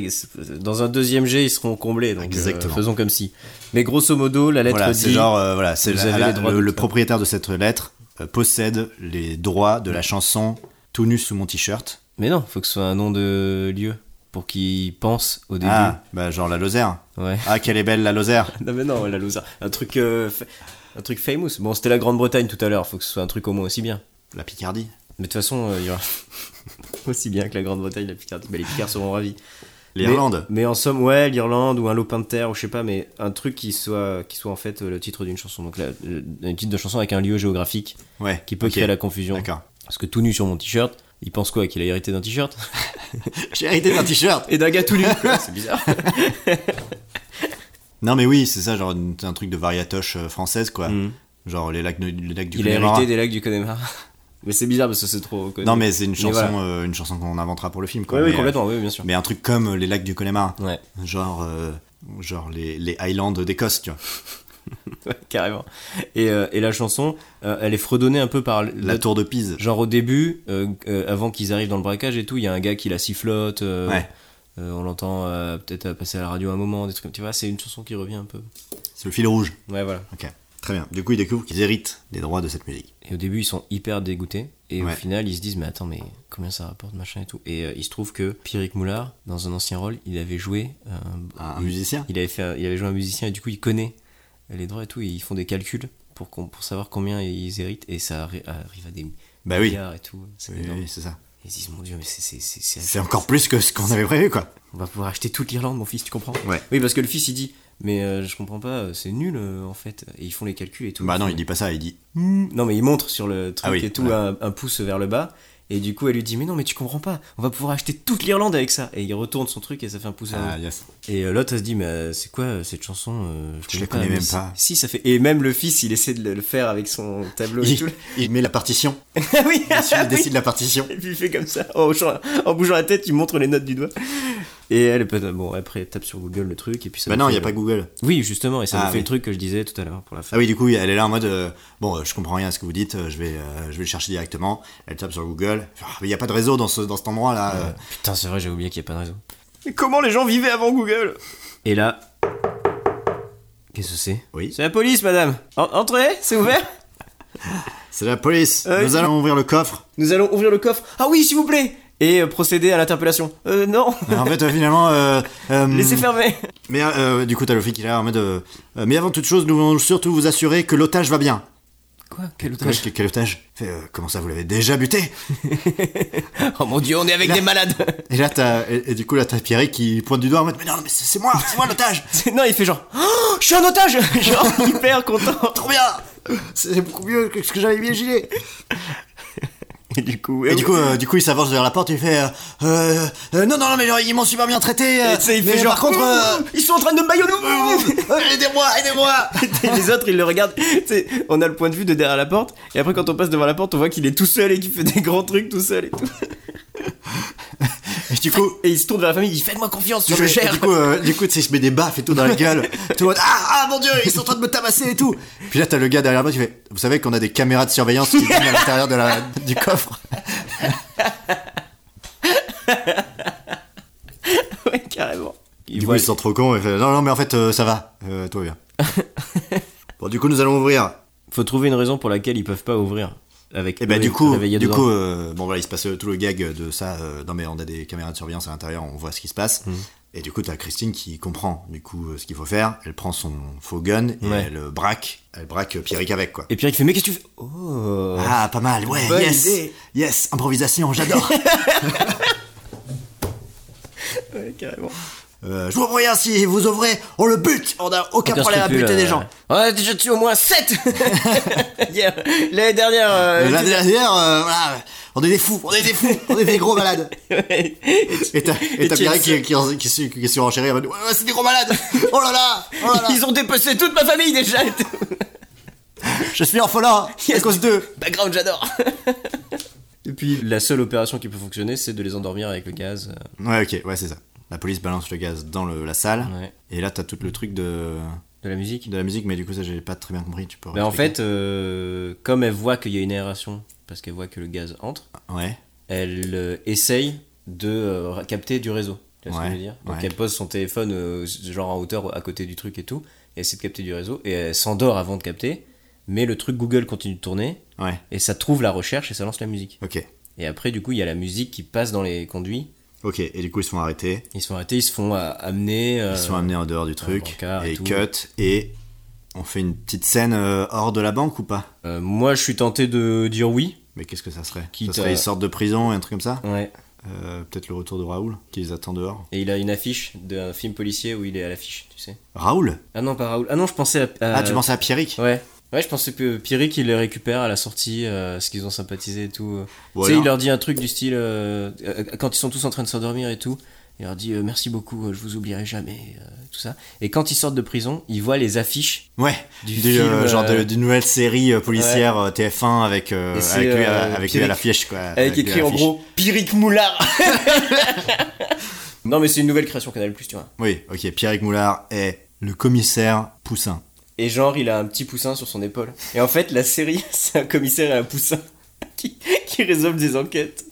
A: Dans un deuxième jet, ils seront comblés. Donc, euh,
B: Exactement.
A: faisons comme si. Mais grosso modo, la lettre
B: Voilà, c'est
A: dit.
B: genre, euh, voilà, c'est
A: vous
B: la-
A: avez
B: la-
A: les droits
B: le,
A: de
B: le
A: tout ça.
B: propriétaire de cette lettre euh, possède les droits de la chanson Tout nu sous mon t-shirt.
A: Mais non, faut que ce soit un nom de lieu pour qu'ils pensent au début.
B: Ah, bah genre la Lozère.
A: Ouais.
B: Ah, quelle est belle la Lozère.
A: non mais non, la loser. Un truc, euh, fa- un truc famous. Bon, c'était la Grande-Bretagne tout à l'heure. Faut que ce soit un truc au moins aussi bien.
B: La Picardie.
A: Mais de toute façon, euh, il y aura aussi bien que la Grande-Bretagne, la Picardie. Mais les Picards seront ravis.
B: L'Irlande.
A: Mais, mais en somme, ouais, l'Irlande ou un lopin de terre ou je sais pas, mais un truc qui soit, qui soit en fait euh, le titre d'une chanson. Donc, la, le- le titre de chanson avec un lieu géographique
B: Ouais.
A: qui peut
B: ok,
A: créer la confusion.
B: D'accord.
A: Parce que tout nu sur mon t-shirt, il pense quoi Qu'il a hérité d'un t-shirt
B: J'ai hérité d'un t-shirt.
A: Et d'un gars tout nu quoi, C'est bizarre.
B: Non, mais oui, c'est ça, genre une- un truc de variatoche euh, française, quoi.
A: Mm.
B: Genre les lacs, de- les lacs du
A: il a
B: Connemara.
A: hérité des lacs du Connemara. Mais c'est bizarre parce que c'est trop. connu.
B: Non, mais c'est une chanson,
A: voilà.
B: euh, une chanson qu'on inventera pour le film, quoi.
A: Ouais, oui,
B: mais,
A: complètement, oui, oui, bien sûr.
B: euh, mais un truc comme euh, les lacs du Connemara.
A: Ouais,
B: Genre, euh, genre les, les Highlands d'Écosse, tu vois.
A: ouais, carrément. Et, euh, et la chanson, euh, elle est fredonnée un peu par. l-
B: La tour de Pise.
A: Genre au début, euh, euh, avant qu'ils arrivent dans le braquage et tout, il y a un gars qui la sifflote. euh,
B: Ouais.
A: euh, on l'entend euh, peut-être euh, passer à la radio un moment, des trucs comme tu vois. C'est une chanson qui revient un peu.
B: C'est le fil rouge.
A: Ouais, voilà.
B: Ok. Très bien. Du coup, ils découvrent qu'ils héritent des droits de cette musique.
A: Et au début, ils sont hyper dégoûtés. Et
B: Ouais.
A: au final, ils se disent, mais attends, mais combien ça rapporte, machin et tout. Et euh, il se trouve que Pierrick Moulard, dans un ancien rôle, il avait joué. euh,
B: Un, un
A: il-
B: musicien
A: il avait, fait un- il avait joué un musicien et du coup il connaît les droits et tout et ils font des calculs pour, qu'on- pour savoir combien ils héritent et ça arri- arrive à des
B: Bah oui.
A: milliards et tout. C'est
B: Oui,
A: énorme.
B: oui, c'est ça.
A: Ils se disent mon dieu mais c'est- c'est... c'est- c'est-
B: C'est encore plus que ce qu'on avait prévu, quoi.
A: On va pouvoir acheter toute l'Irlande mon fils tu comprends
B: Ouais.
A: Oui parce que le fils il dit mais euh, je comprends pas euh, c'est nul euh, en fait et ils font les calculs et tout. Hmm.
B: Bah non, il dit pas ça, il dit.
A: Non mais il montre sur le truc
B: Ah oui,
A: et tout
B: voilà.
A: un, un pouce vers le bas. Et du coup, elle lui dit Mais non, mais tu comprends pas, on va pouvoir acheter toute l'Irlande avec ça. Et il retourne son truc et ça fait un pouce vers le bas.
B: Ah, yes.
A: Et euh, l'autre, elle se dit, mais euh, c'est quoi euh, cette chanson euh,
B: Je la connais
A: mais
B: même
A: si-
B: pas.
A: Si, ça fait. Et même le fils, il essaie de le, le faire avec son tableau et tout.
B: Il, il met la partition.
A: Ah oui, ah
B: Il
A: oui.
B: décide la partition.
A: Et puis il fait comme ça, en hochant- en bougeant, la tête, il montre les notes du doigt. Et elle, peut- bon, après, elle tape sur Google le truc. Et puis ça
B: Bah
A: lui
B: non,
A: fait
B: il y a
A: le-
B: pas Google.
A: Oui, justement, et ça
B: Ah
A: me fait
B: oui.
A: le truc que je disais tout à l'heure pour la fin.
B: Ah oui, du coup, elle est là en mode euh, Bon, euh, je comprends rien à ce que vous dites, euh, je vais, euh, je vais le chercher directement. Elle tape sur Google. Ah, mais il n'y a pas de réseau dans, ce, dans cet endroit-là. euh.
A: Putain, c'est vrai, j'ai oublié qu'il n'y a pas de réseau. Mais comment les gens vivaient avant Google Et là. Qu'est-ce que c'est
B: Oui.
A: C'est la police, madame En- Entrez, c'est ouvert
B: C'est la police.
A: Euh,
B: Nous
A: il-
B: allons ouvrir le coffre.
A: Nous allons ouvrir le coffre. Ah oui, s'il vous plaît Et euh, procéder à l'interpellation. Euh, non
B: Mais en fait, euh, finalement. euh, euh,
A: Laissez fermer
B: Mais euh, du coup, t'as le flic qui est là en mode. euh, euh, mais avant toute chose, nous voulons surtout vous assurer que l'otage va bien.
A: Quoi Quel
B: Otage, quel, quel otage Fait, euh, Comment ça, vous l'avez déjà buté
A: Oh mon dieu, on est avec
B: Là-
A: des malades
B: Et là, t'as. Et, et du coup, là, t'as Pierre qui pointe du doigt en mode Mais non, mais c'est c'est moi, c'est moi l'otage
A: C'est- Non, il fait genre Oh, Je suis un otage Genre hyper content
B: Trop bien C'est beaucoup mieux que ce que j'avais imaginé
A: Et du coup,
B: Et du coup, euh, du coup, il s'avance vers la porte et il fait euh, euh, euh, non, non, non, mais genre, ils m'ont super bien traité. euh,
A: Et tu sais, il fait
B: mais
A: genre Oh,
B: par contre, euh,
A: Ils sont en train de me baïonner
B: euh, euh, aidez-moi, aidez-moi.
A: Et les autres, ils le regardent. Tu sais, on a le point de vue de derrière la porte. Et après, quand on passe devant la porte, on voit qu'il est tout seul et qu'il fait des grands trucs tout seul et tout.
B: Et du coup,
A: Et il se tourne vers la famille. Il dit Faites-moi confiance, je
B: du,
A: le
B: et
A: gère.
B: du coup, euh, du coup, tu sais, il se met des baffes et tout dans la gueule. tout le monde, ah, ah, mon dieu, ils sont en train de me tabasser et tout. Puis là, t'as le gars derrière la porte qui fait, vous savez qu'on a des caméras de surveillance qui viennent à l'intérieur de la, du coffre.
A: Ouais, carrément.
B: du coup, ils sont trop cons. Et fait, non, non, mais en fait, euh, ça va, euh, tout va bien. bon, du coup, nous allons ouvrir.
A: Faut trouver une raison pour laquelle ils peuvent pas ouvrir. Avec
B: Et bah
A: eux,
B: du
A: ils
B: coup,
A: réveillés
B: du
A: dedans.
B: coup, euh, bon voilà, il se passe euh, tout le gag de ça. euh, non mais on a des caméras de surveillance à l'intérieur, on voit ce qui se passe. Et du coup, t'as Christine qui comprend du coup euh, ce qu'il faut faire. Elle prend son faux gun et
A: Ouais.
B: elle euh, braque, elle braque euh, Pierrick avec quoi.
A: Et Pierre, il fait Mais qu'est-ce que tu fais Oh
B: Ah pas mal, ouais,
A: Bonne
B: yes,
A: idée.
B: yes, improvisation, j'adore.
A: Ouais, carrément.
B: Euh, je vous préviens si vous ouvrez, on le bute. On a aucun
A: Aucun
B: problème à
A: scrupule,
B: buter des
A: euh,
B: gens.
A: On a déjà tué au moins 7 L'année dernière. euh,
B: Euh, L'année dernière, euh, voilà, On est des fous, on est des fous, on est des gros malades.
A: Ouais.
B: Et t'as et
A: Et
B: t'as
A: tu
B: Pierre
A: le
B: qui, qui, qui, qui, qui surenchérit en mode, Ouais, ouais, c'est des gros malades Oh là là Oh là là
A: Ils ont dépecé toute ma famille déjà et tout.
B: Je suis orphelin à
A: Yes.
B: cause d'eux
A: Background, j'adore Et puis, la seule opération qui peut fonctionner, c'est de les endormir avec le gaz. euh,
B: Ouais, ok, ouais, c'est ça. La police balance le gaz dans le- la salle.
A: Ouais.
B: Et là, t'as tout le truc de,
A: De la musique
B: de la musique, mais du coup, ça, j'ai pas très bien compris. Tu peux
A: Bah, en
B: expliquer
A: fait, euh, comme elle voit qu'il y a une aération, parce qu'elle voit que le gaz entre,
B: Ouais.
A: elle euh, essaye de euh, capter du réseau. Tu vois ce que
B: Ouais,
A: je veux dire Donc
B: ouais.
A: elle pose son téléphone euh, genre en hauteur à côté du truc et tout, et essaie de capter du réseau, et elle s'endort avant de capter, mais le truc Google continue de tourner,
B: Ouais,
A: et ça trouve la recherche et ça lance la musique.
B: ok.
A: Et après, du coup, il y a la musique qui passe dans les conduits,
B: Ok, et du coup, ils se font arrêter.
A: ils se font arrêter, ils se font euh, amener... euh,
B: Ils sont amenés en dehors du truc.
A: brancard et
B: Et
A: tout.
B: cut. Et on fait une petite scène euh, hors de la banque ou pas
A: euh, moi, je suis tenté de dire oui.
B: Mais qu'est-ce que ça serait Ça
A: Quitte euh,
B: serait
A: à-
B: ils sortent de prison et un truc comme ça
A: Ouais.
B: Euh, Peut-être le retour de Raoul qui les attend dehors.
A: Et il a une affiche d'un film policier où il est à l'affiche, tu sais.
B: Raoul
A: Ah non, pas Raoul. Ah non, je pensais à... à-
B: Ah, tu pensais à Pierrick
A: Ouais. Ouais, je pensais que Pierrick, il les récupère à la sortie, euh, ce qu'ils ont sympathisé et tout. euh.
B: Ou
A: Tu sais,
B: alors-
A: il leur dit un truc du style, euh, euh, quand ils sont tous en train de s'endormir et tout, il leur dit euh, merci beaucoup, euh, je vous oublierai jamais, euh, tout ça. Et quand ils sortent de prison, ils voient les affiches.
B: Ouais,
A: Du
B: du,
A: film,
B: euh, genre de-
A: euh,
B: d'une nouvelle série euh, policière euh, TF1 avec, euh,
A: Et c'est,
B: avec, lui, à-
A: euh,
B: avec lui à la
A: Pierrick.
B: flèche. Quoi,
A: Avec
B: lui à
A: écrit en
B: l'affiche.
A: gros Pierrick Moulard Non, mais c'est une nouvelle création Canal Plus, tu vois.
B: Oui, ok, Pierrick Moulard est le commissaire Poussin.
A: Et genre, il a un petit poussin sur son épaule. Et en fait, la série, c'est un commissaire et un poussin qui, qui résolvent des enquêtes.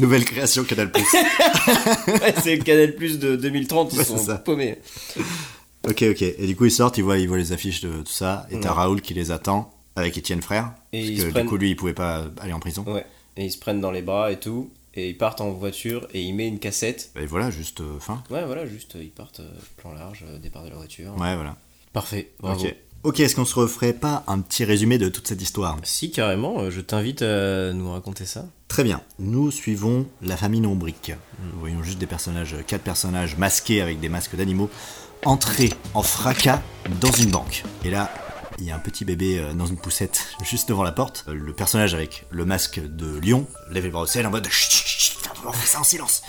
B: Nouvelle création Canal Plus.
A: Ouais, c'est le Canal Plus de 2030, ils
B: Ouais, c'est
A: sont
B: ça.
A: paumés.
B: ok, ok. Et du coup, ils sortent, ils voient, ils voient les affiches de tout ça. Et t'as
A: Ouais.
B: Raoul qui les attend avec Étienne Frère.
A: Et
B: parce
A: ils
B: que
A: se
B: du
A: prennent-
B: coup, lui, il pouvait pas aller en prison.
A: Ouais. Et ils se prennent dans les bras et tout. Et ils partent en voiture et ils mettent une cassette.
B: Et voilà, juste euh, fin.
A: Ouais, voilà, juste euh, ils partent euh, plan large, euh, départ de la voiture.
B: Ouais, voilà.
A: Parfait, bravo.
B: Ok. Ok, est-ce qu'on se referait pas un petit résumé de toute cette histoire
A: Si, carrément, euh, je t'invite à nous raconter ça.
B: Très bien. Nous suivons la famille Lombric. Nous voyons juste des personnages, quatre personnages masqués avec des masques d'animaux, entrer en fracas dans une banque. Et là, il y a un petit bébé euh, dans une poussette juste devant la porte. Euh, Le personnage avec le masque de lion lève les bras au ciel en mode Chut, chut, chut, on fait ça en silence.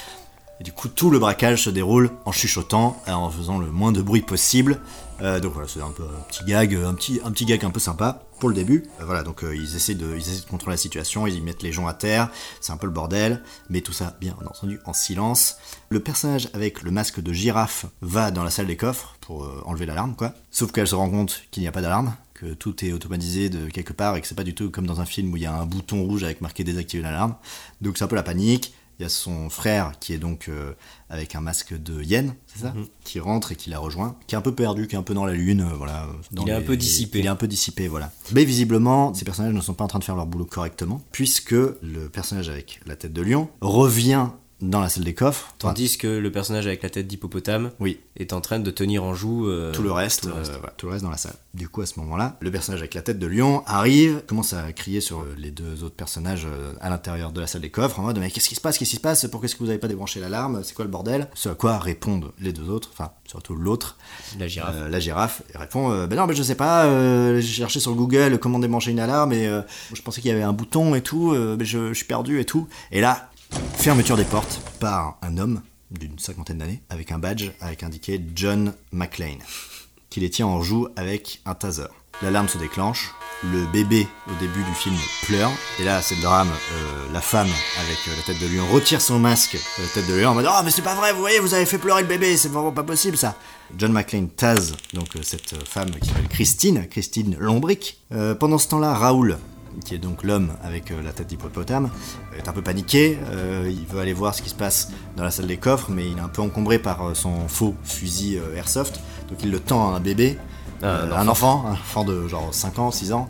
B: Et du coup, tout le braquage se déroule en chuchotant, en faisant le moins de bruit possible. Euh, donc voilà, c'est un peu un petit gag, un petit, un petit gag un peu sympa pour le début. Euh, voilà, donc euh, ils, essaient de, ils essaient de contrôler la situation, ils y mettent les gens à terre, c'est un peu le bordel, mais tout ça, bien entendu, en silence. Le personnage avec le masque de girafe va dans la salle des coffres pour euh, enlever l'alarme, quoi. Sauf qu'elle se rend compte qu'il n'y a pas d'alarme, que tout est automatisé de quelque part et que c'est pas du tout comme dans un film où il y a un bouton rouge avec marqué désactiver l'alarme. Donc c'est un peu la panique. Il y a son frère qui est donc euh, avec un masque de hyène, c'est
A: Mhm.
B: ça Qui rentre et qui la rejoint, qui est un peu perdu, qui est un peu dans la lune, euh, voilà. euh, dans
A: Il est un peu dissipé.
B: Il est un peu dissipé, voilà. Mais visiblement, ces personnages ne sont pas en train de faire leur boulot correctement, puisque le personnage avec la tête de lion revient dans la salle des coffres. Enfin,
A: Tandis que le personnage avec la tête d'hippopotame
B: oui,
A: est en train de tenir en joue euh,
B: tout le reste,
A: tout le reste.
B: euh, voilà, tout le reste dans la salle. Du coup, à ce moment-là, le personnage avec la tête de lion arrive, commence à crier sur euh, les deux autres personnages euh, à l'intérieur de la salle des coffres en mode Mais qu'est-ce qui se passe Qu'est-ce qui se passe Pourquoi est-ce que vous n'avez pas débranché l'alarme C'est quoi le bordel Ce à quoi répondent les deux autres, enfin, surtout l'autre,
A: la girafe.
B: euh, la girafe, elle répond euh, Ben non, mais je sais pas, euh, j'ai cherché sur Google comment débrancher une alarme et euh, je pensais qu'il y avait un bouton et tout, euh, mais je, je suis perdu et tout. Et là, fermeture des portes par un homme d'une cinquantaine d'années avec un badge avec indiqué John McLean qui les tient en joue avec un taser. L'alarme se déclenche, le bébé au début du film pleure, et là c'est le drame, euh, la femme avec euh, la tête de lion retire son masque, euh, la tête de lion en mode Oh mais c'est pas vrai, vous voyez, vous avez fait pleurer le bébé, c'est vraiment pas possible ça. John McClane tase donc euh, cette euh, femme qui s'appelle Christine, Christine Lombric. Euh, pendant ce temps-là, Raoul, qui est donc l'homme avec euh, la tête d'hippopotame, est un peu paniqué. euh, il veut aller voir ce qui se passe dans la salle des coffres, mais il est un peu encombré par euh, son faux fusil euh, airsoft. Donc il le tend à un bébé,
A: Ah,
B: euh,
A: un
B: un enfant, un enfant de genre 5 ans, 6 ans,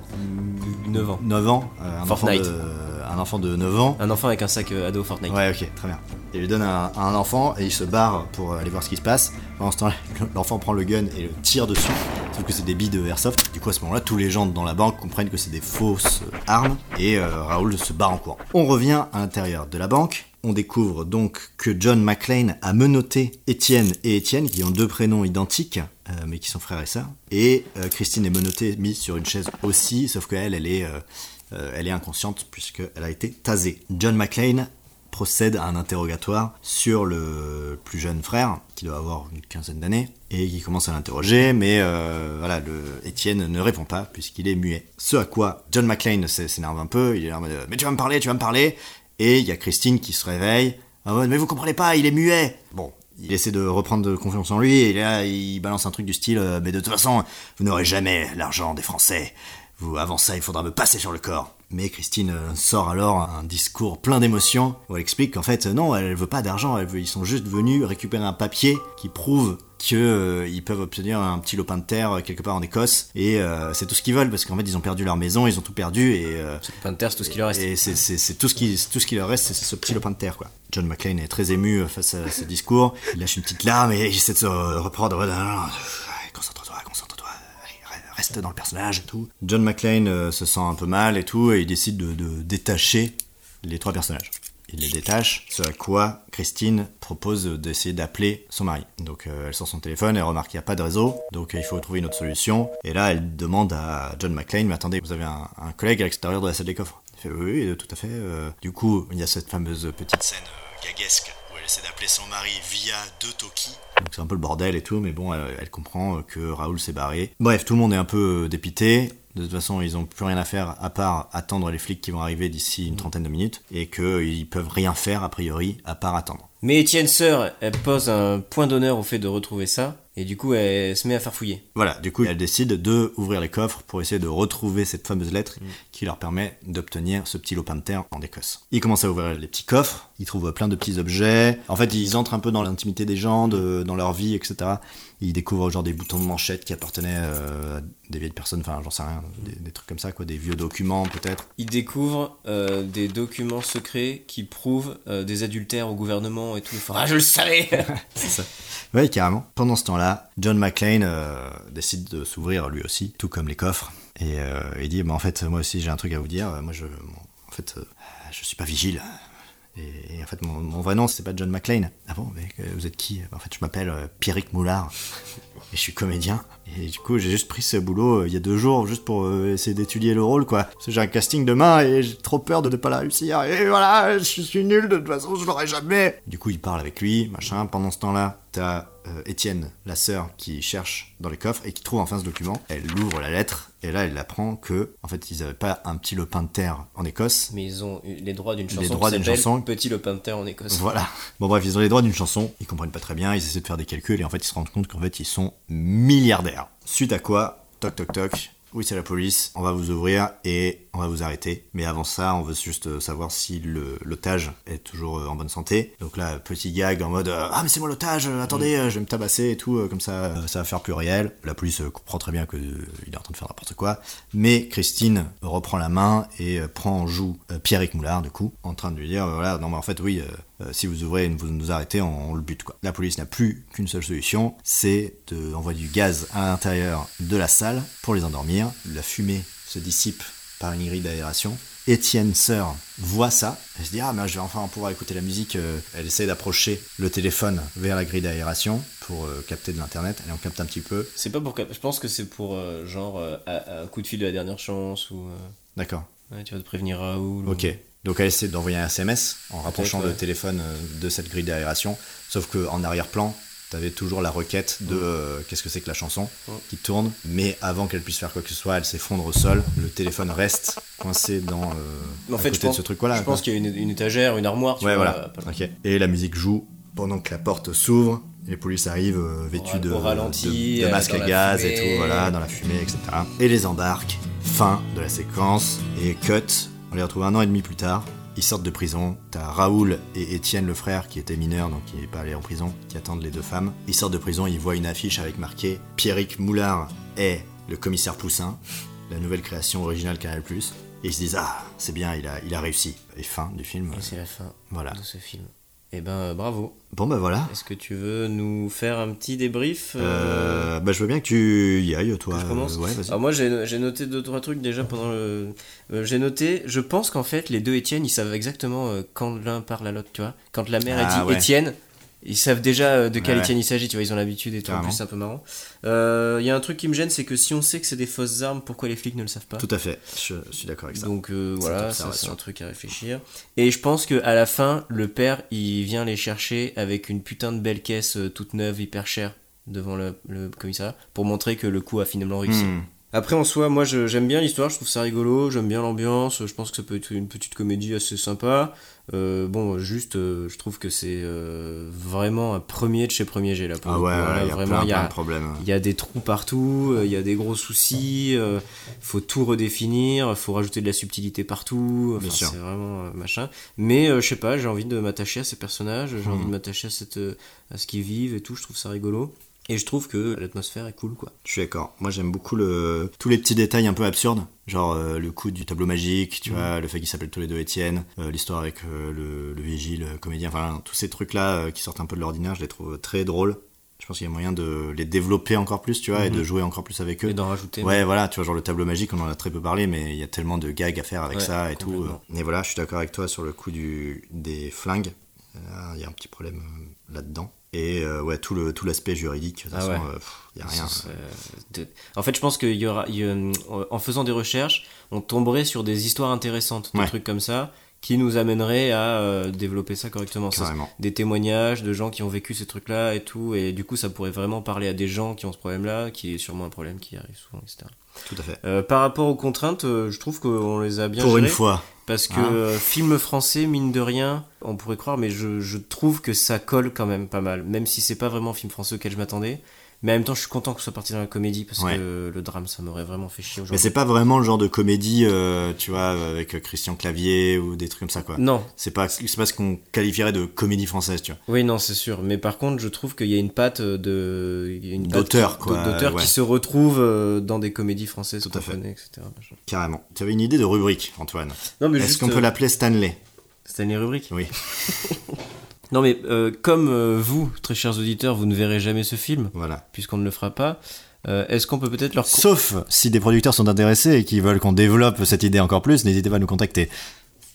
A: 9 ans.
B: 9 ans, euh, un, enfant
A: Fortnite.
B: de, euh, un enfant de 9 ans.
A: Un enfant avec un sac euh, ado Fortnite.
B: Ouais, ok, très bien. Il lui donne un, un enfant et il se barre pour aller voir ce qui se passe. Pendant ce temps-là, l'enfant prend le gun et le tire dessus. Sauf que c'est des billes de airsoft. Du coup, à ce moment-là, tous les gens dans la banque comprennent que c'est des fausses euh, armes et euh, Raoul se barre en courant. On revient à l'intérieur de la banque. on découvre donc que John McClane a menotté Étienne et Étienne, qui ont deux prénoms identiques, euh, mais qui sont frères et sœurs. Et euh, Christine est menottée, mise sur une chaise aussi, sauf qu'elle, elle est, euh, euh, elle est inconsciente puisqu'elle a été tasée. John McClane procède à un interrogatoire sur le plus jeune frère, qui doit avoir une quinzaine d'années, et qui commence à l'interroger, mais euh, voilà, le Étienne ne répond pas, puisqu'il est muet. Ce à quoi John McClane s'é- s'énerve un peu, il est là en mode « Mais tu vas me parler, tu vas me parler !» Et il y a Christine qui se réveille, en mode « Mais vous comprenez pas, il est muet !» Bon, il essaie de reprendre confiance en lui, et là, il balance un truc du style euh, Mais de toute façon, vous n'aurez jamais l'argent des Français vous, avant ça, il faudra me passer sur le corps. Mais Christine euh, sort alors un discours plein d'émotions où elle explique qu'en fait, euh, non, elle veut pas d'argent, elle veut- ils sont juste venus récupérer un papier qui prouve qu'ils peuvent obtenir un petit lopin de terre euh, quelque part en Écosse et euh, c'est tout ce qu'ils veulent parce qu'en fait, ils ont perdu leur maison, ils ont tout perdu et euh,
A: Pain de terre, c'est tout ce qui leur reste.
B: et c'est- c'est c'est tout ce qui c'est tout ce qui leur reste, c'est ce petit lopin de terre quoi. John McClane est très ému euh, face à ce discours. Il lâche une petite larme et il essaie de se reprendre. Ouais, non, non, non, allez, Concentre-toi, concentre-toi. Allez, re- Reste dans le personnage et tout. John McClane euh, se sent un peu mal et tout et il décide de, de détacher les trois personnages. Il les détache, ce à quoi Christine propose d'essayer d'appeler son mari. Donc euh, elle sort son téléphone, elle remarque qu'il n'y a pas de réseau, donc euh, il faut trouver une autre solution. Et là, elle demande à John McClane, mais attendez, vous avez un, un collègue à l'extérieur de la salle des coffres. Il fait oui, oui, euh, tout à fait. euh. Du coup, il y a cette fameuse petite scène euh, gaguesque où elle essaie d'appeler son mari via deux talkies. Donc c'est un peu le bordel et tout, mais bon, elle, elle comprend euh, que Raoul s'est barré. Bref, tout le monde est un peu euh, dépité. De toute façon, ils n'ont plus rien à faire à part attendre les flics qui vont arriver d'ici une trentaine de minutes et qu'ils peuvent rien faire a priori à part attendre.
A: Mais Étienne Sœur, elle pose un point d'honneur au fait de retrouver ça, et du coup, elle se met à faire fouiller.
B: Voilà, du coup, elle décide de ouvrir les coffres pour essayer de retrouver cette fameuse lettre qui leur permet d'obtenir ce petit lopin de terre en Écosse. Ils commencent à ouvrir les petits coffres, ils trouvent plein de petits objets. En fait, ils entrent un peu dans l'intimité des gens, de- dans leur vie, etc. Ils découvrent genre des boutons de manchette qui appartenaient euh, à des vieilles personnes, enfin, j'en sais rien, des, des trucs comme ça, quoi, des vieux documents peut-être.
A: Il découvre euh, des documents secrets qui prouvent euh, des adultères au gouvernement et tout. Enfin, ah, je le savais
B: Oui, carrément. Pendant ce temps-là, John McClane euh, décide de s'ouvrir lui aussi, tout comme les coffres, et euh, il dit bah, En fait, moi aussi, j'ai un truc à vous dire. Moi, je. bon, en fait, euh, je suis pas vigile. Et, et en fait, mon, mon vrai nom, c'est pas John McClane. Ah bon mais, euh, Vous êtes qui En fait, je m'appelle euh, Pierrick Moulard. Et je suis comédien. Et du coup, j'ai juste pris ce boulot euh, il y a deux jours, juste pour euh, essayer d'étudier le rôle, quoi. Parce que j'ai un casting demain et j'ai trop peur de ne pas la réussir. Et voilà, je suis nul, de toute façon, je l'aurai jamais. Du coup, il parle avec lui, machin. Pendant ce temps-là, t'as euh, Étienne, la sœur, qui cherche dans les coffres et qui trouve enfin ce document. Elle ouvre la lettre et là, elle apprend que, en fait, ils avaient pas un petit lopin de terre en Écosse.
A: Mais ils ont eu les droits d'une chanson
B: droits
A: qui
B: d'une
A: s'appelle
B: chanson.
A: Petit le Pinter en Écosse.
B: Voilà. Bon, bref, ils ont les droits d'une chanson. Ils comprennent pas très bien, ils essaient de faire des calculs et en fait, ils se rendent compte qu'en fait, ils sont milliardaires. Suite à quoi, toc toc toc. Oui, c'est la police, on va vous ouvrir et on va vous arrêter. Mais avant ça, on veut juste euh, savoir si le- l'otage est toujours euh, en bonne santé. Donc là, petit gag en mode euh, Ah, mais c'est moi l'otage, euh, attendez, euh, je vais me tabasser et tout, euh, comme ça, euh, ça va faire pluriel. La police euh, comprend très bien qu'il est en train de faire n'importe quoi. Mais Christine reprend la main et euh, prend en joue euh, Pierrick Moulard, du coup, en train de lui dire euh, Voilà, non, mais en fait, oui, euh, euh, si vous ouvrez et vous nous arrêtez, on, on le bute, quoi. La police n'a plus qu'une seule solution c'est d'envoyer du gaz à l'intérieur de la salle pour les endormir. La fumée se dissipe par une grille d'aération. Étienne Sœur voit ça, elle se dit ah mais je vais enfin pouvoir écouter la musique. Euh, Elle essaie d'approcher le téléphone vers la grille d'aération pour euh, capter de l'internet. Elle en capte un petit peu.
A: C'est pas pour. Je pense que c'est pour euh, genre euh, à- à coup de fil de la dernière chance ou. euh,
B: D'accord.
A: ouais, tu vas te prévenir Raoul. ou-
B: Ok. Donc elle essaie d'envoyer un SMS en rapprochant
A: Peut-être,
B: le
A: ouais.
B: téléphone euh, de cette grille d'aération. Sauf que en arrière-plan, t'avais toujours la requête de euh, qu'est-ce que c'est que la chanson
A: Mm.
B: qui tourne. Mais avant qu'elle puisse faire quoi que ce soit, elle s'effondre au sol. Le téléphone reste coincé dans euh,
A: Mais en
B: à
A: fait,
B: côté
A: je pense,
B: de ce truc-là.
A: je pense qu'il y a une, une étagère, une armoire. Tu
B: Ouais,
A: vois,
B: voilà.
A: pas-
B: Ok. Et la musique joue pendant que la porte s'ouvre. Les polices arrivent euh,
A: Au-
B: vêtus de,
A: au ralenti,
B: de, de
A: euh,
B: masques
A: dans
B: à
A: la
B: gaz et
A: fumée.
B: tout, voilà, dans la fumée, etc. Et les embarquent. Fin de la séquence. Et cut. On les retrouve un an et demi plus tard. Ils sortent de prison. T'as Raoul et Étienne, le frère, qui était mineur, donc qui n'est pas allé en prison, qui attendent les deux femmes. Ils sortent de prison, ils voient une affiche avec marqué Pierrick Moulard est le commissaire Poussin, la nouvelle création originale Canal. Et ils se disent Ah, c'est bien, il a, il a réussi. Et fin du film.
A: Et c'est la fin
B: Voilà.
A: de ce film. Eh ben, euh, bravo.
B: Bon, ben voilà.
A: Est-ce que tu veux nous faire un petit débrief euh,
B: Euh, bah, je veux bien que tu y ailles, toi.
A: que je commence
B: Euh, ouais, vas-y.
A: Alors moi j'ai j'ai noté deux trois trucs déjà pendant le euh, j'ai noté je pense qu'en fait les deux Étienne ils savent exactement euh, quand l'un parle à l'autre tu vois quand la mère
B: Ah
A: a dit
B: ouais.
A: Étienne ils savent déjà euh, de quel
B: Ouais, ouais.
A: Étienne il s'agit tu vois ils ont l'habitude et tout en
B: Carrément.
A: plus c'est un peu marrant Euh, il y a un truc qui me gêne c'est que si on sait que c'est des fausses armes pourquoi les flics ne le savent pas
B: Tout à fait. Je, suis d'accord avec ça.
A: donc euh,
B: Cette
A: voilà, ça c'est
B: observation.
A: un truc à réfléchir. Et je pense que à la fin, le père, il vient les chercher avec une putain de belle caisse euh, toute neuve, hyper chère, devant le, le commissariat, pour montrer que le coup a finalement réussi.
B: Hmm.
A: Après, en soi, moi je- j'aime bien l'histoire, je trouve ça rigolo, j'aime bien l'ambiance, je pense que ça peut être une petite comédie assez sympa. Euh, bon, juste, euh, je trouve que c'est euh, vraiment un premier de chez Premier G là. pour
B: Ah
A: le
B: ouais,
A: coup.
B: ouais,
A: Voilà,
B: il y a
A: vraiment,
B: plein,
A: il y a-
B: plein de problèmes.
A: il y a des trous partout, euh, il y a des gros soucis, euh, faut tout redéfinir, faut rajouter de la subtilité partout, enfin,
B: Bien sûr.
A: c'est vraiment euh, machin. Mais euh, je sais pas, j'ai envie de m'attacher à ces personnages, j'ai
B: Hmm.
A: envie de m'attacher à, cette, euh, à ce qu'ils vivent et tout, je trouve ça rigolo. Et je trouve que l'atmosphère est cool quoi.
B: Je suis d'accord. Moi, j'aime beaucoup le... tous les petits détails un peu absurdes. Genre euh, le coup du tableau magique,
A: Hmm.
B: tu vois, le fait qu'ils s'appellent tous les deux Étienne, euh, l'histoire avec euh, le, le vigile, le comédien, enfin, tous ces trucs-là euh, qui sortent un peu de l'ordinaire, je les trouve très drôles. Je pense qu'il y a moyen de les développer encore plus, tu vois, et
A: Hmm.
B: de jouer encore plus avec eux.
A: Et d'en rajouter.
B: Ouais, voilà, tu vois, genre le tableau magique, on en a très peu parlé, mais il y a tellement de gags à faire avec
A: Ouais,
B: ça et tout. euh.
A: complètement.
B: Et voilà, je suis d'accord avec toi sur le coup du, des flingues. Là, Il y a un petit problème euh, là-dedans. Et euh, ouais, tout le tout l'aspect juridique, de toute
A: Ah
B: façon,
A: ouais.
B: euh, pff, il y a rien.
A: Ce serait, euh, de- En fait, je pense qu'il y aura, il y a- euh, en faisant des recherches, on tomberait sur des histoires intéressantes, des
B: Ouais.
A: trucs comme ça, qui nous amèneraient à euh, développer ça correctement. Ça,
B: Carrément.
A: des témoignages de gens qui ont vécu ces trucs-là et tout, et du coup, ça pourrait vraiment parler à des gens qui ont ce problème-là, qui est sûrement un problème qui arrive souvent, etc.
B: Tout à fait.
A: Euh, par rapport aux contraintes, euh, je trouve qu'on les a bien
B: Pour une
A: gérées.
B: fois.
A: Parce que
B: Hein
A: euh, film français, mine de rien, on pourrait croire, mais je, je trouve que ça colle quand même pas mal. Même si c'est pas vraiment un film français auquel je m'attendais. Mais en même temps, je suis content que ce soit parti dans la comédie parce
B: Ouais.
A: que le drame, ça m'aurait vraiment fait chier
B: Mais
A: aujourd'hui.
B: c'est pas vraiment le genre de comédie, euh, tu vois, avec Christian Clavier ou des trucs comme ça, quoi.
A: Non,
B: C'est pas, c'est pas ce qu'on qualifierait de comédie française, tu vois.
A: oui, non, c'est sûr. Mais par contre, je trouve qu'il y a une patte euh, de. il y a une patte
B: D'auteur,
A: qui-
B: quoi,
A: D'auteur
B: ouais.
A: qui se retrouve euh, dans des comédies françaises
B: Tout à
A: qu'on
B: fait.
A: connaît, etc. machin.
B: Carrément. Tu avais une idée de rubrique, Antoine.
A: Non, mais
B: Est-ce
A: juste,
B: qu'on peut
A: euh,
B: l'appeler Stanley
A: Stanley Kubrick.
B: Oui.
A: Non, mais euh, comme euh, vous, très chers auditeurs, vous ne verrez jamais ce film,
B: Voilà.
A: puisqu'on ne le fera pas, euh, est-ce qu'on peut peut-être leur.
B: Sauf si des producteurs sont intéressés et qui veulent qu'on développe cette idée encore plus, n'hésitez pas à nous contacter.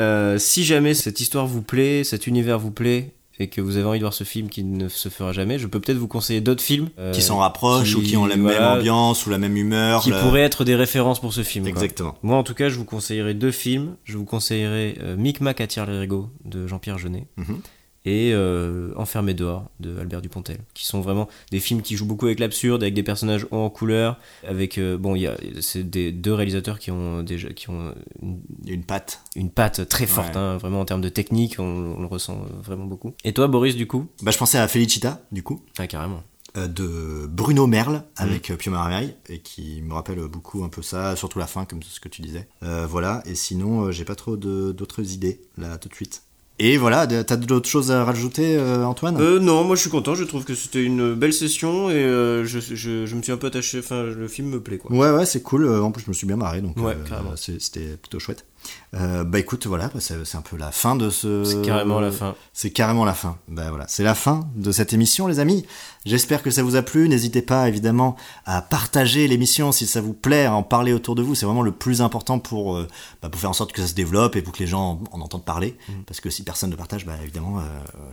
A: Euh, si jamais cette histoire vous plaît, cet univers vous plaît, et que vous avez envie de voir ce film qui ne se fera jamais, je peux peut-être vous conseiller d'autres films euh,
B: qui s'en rapprochent ou qui ont la
A: voilà,
B: même ambiance ou la même humeur.
A: qui
B: la-
A: pourraient être des références pour ce film. quoi.
B: Exactement.
A: Moi, en tout cas, je vous conseillerais deux films. Je vous conseillerais euh, Micmac attire les rigots de Jean-Pierre Jeunet
B: Mhm.
A: et euh, Enfermé dehors de Albert Dupontel, qui sont vraiment des films qui jouent beaucoup avec l'absurde, avec des personnages hauts en couleur, avec euh, bon, il y a c'est des deux réalisateurs qui ont déjà qui ont une,
B: Une patte.
A: une patte très forte,
B: Ouais.
A: hein, vraiment en termes de technique, on, on le ressent euh, vraiment beaucoup. Et toi, Boris, du coup
B: Bah, je pensais à Felicita, du coup.
A: Ah carrément.
B: euh, de Bruno Merle avec euh, Pio Marmaille et qui me rappelle beaucoup un peu ça, surtout la fin comme ce que tu disais. Euh, voilà, et sinon euh, j'ai pas trop de- d'autres idées là tout de suite. Et voilà, de- t'as d'autres choses à rajouter euh, Antoine
A: Euh, non, moi je suis content, je trouve que c'était une belle session et euh, je, je- je me suis un peu attaché, enfin le film me plaît quoi.
B: Ouais ouais c'est cool, Euh, en plus je me suis bien marré donc
A: Ouais,
B: euh,
A: carrément.
B: c'est- c'était plutôt chouette. Euh, bah écoute voilà, bah, c'est c'est un peu la fin de ce...
A: C'est carrément la fin.
B: C'est carrément la fin. Ben voilà, c'est la fin de cette émission, les amis. J'espère que ça vous a plu. N'hésitez pas, évidemment, à partager l'émission si ça vous plaît, à en parler autour de vous. C'est vraiment le plus important pour, euh, bah, pour faire en sorte que ça se développe et pour que les gens en entendent parler.
A: Mm.
B: Parce que si personne ne partage, bah, évidemment, euh,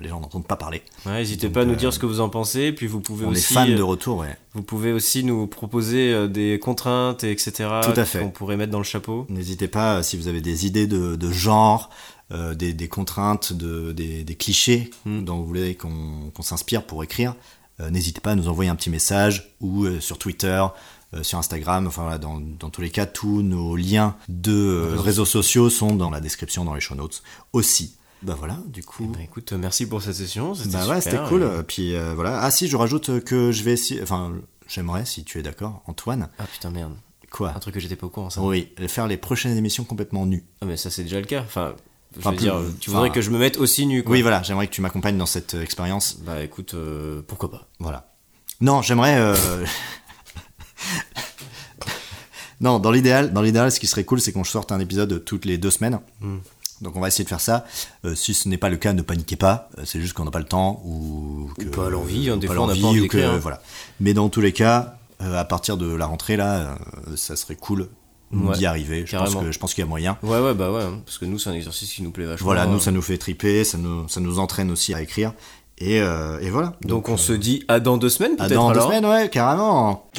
B: les gens n'entendent pas parler.
A: Ouais, N'hésitez pas à nous dire ce que vous en pensez, puis vous pouvez
B: euh, On est
A: aussi
B: fans de
A: euh,
B: retour, ouais.
A: vous pouvez aussi nous proposer euh, des contraintes etc.
B: Tout à fait.
A: qu'on pourrait mettre dans le chapeau.
B: N'hésitez pas euh, si vous avez des idées de, de genre, euh, des, des contraintes, de, des, des clichés hmm,
A: Mm.
B: dont vous voulez qu'on qu'on s'inspire pour écrire. euh, N'hésitez pas à nous envoyer un petit message ou euh, sur Twitter, euh, sur Instagram. Enfin voilà, dans, dans tous les cas, tous nos liens de euh,
A: Réseaux
B: réseaux sociaux sont dans la description, dans les show notes aussi. Bah voilà, du coup.
A: Bah, écoute, euh, merci pour cette session. C'était
B: Bah ouais,
A: super,
B: c'était cool.
A: euh.
B: Puis euh, voilà. Ah si, je rajoute que je vais essayer. Enfin, j'aimerais, si tu es d'accord, Antoine.
A: Ah putain merde,
B: Quoi
A: un truc que j'étais pas au courant Ah, ça.
B: Oui, faire les prochaines émissions complètement nues.
A: Ah mais ça c'est déjà le cas. Enfin, je
B: Enfin,
A: veux
B: plus-
A: dire, euh, tu
B: enfin,
A: voudrais que je me mette aussi nu quoi.
B: Oui, voilà, j'aimerais que tu m'accompagnes dans cette euh, expérience.
A: Bah écoute, euh, pourquoi pas.
B: Voilà. Non, j'aimerais. euh,
A: Hmm.
B: non, dans l'idéal, dans l'idéal, ce qui serait cool, c'est qu'on sorte un épisode toutes les deux semaines. Donc on va essayer de faire ça. Euh, si ce n'est pas le cas, ne paniquez pas. Euh, C'est juste qu'on n'a pas le temps ou
A: Ou pas l'envie, hein, des
B: pas
A: fois, on n'a pas
B: l'envie,
A: envie
B: ou que-
A: d'écrire, hein.
B: voilà. Mais dans tous les cas, euh, à partir de la rentrée là, euh, ça serait cool
A: Ouais,
B: d'y arriver. Je pense
A: carrément.
B: que je pense qu'il y a moyen.
A: Ouais, ouais, bah ouais, parce que nous, c'est un exercice qui nous plaît vachement.
B: Voilà,
A: hein.
B: nous ça nous fait triper, ça nous ça nous entraîne aussi à écrire. Et, euh, et voilà.
A: Donc on se dit à dans deux semaines,
B: euh, à
A: peut-être
B: Ah, dans deux
A: alors
B: semaines, ouais, carrément.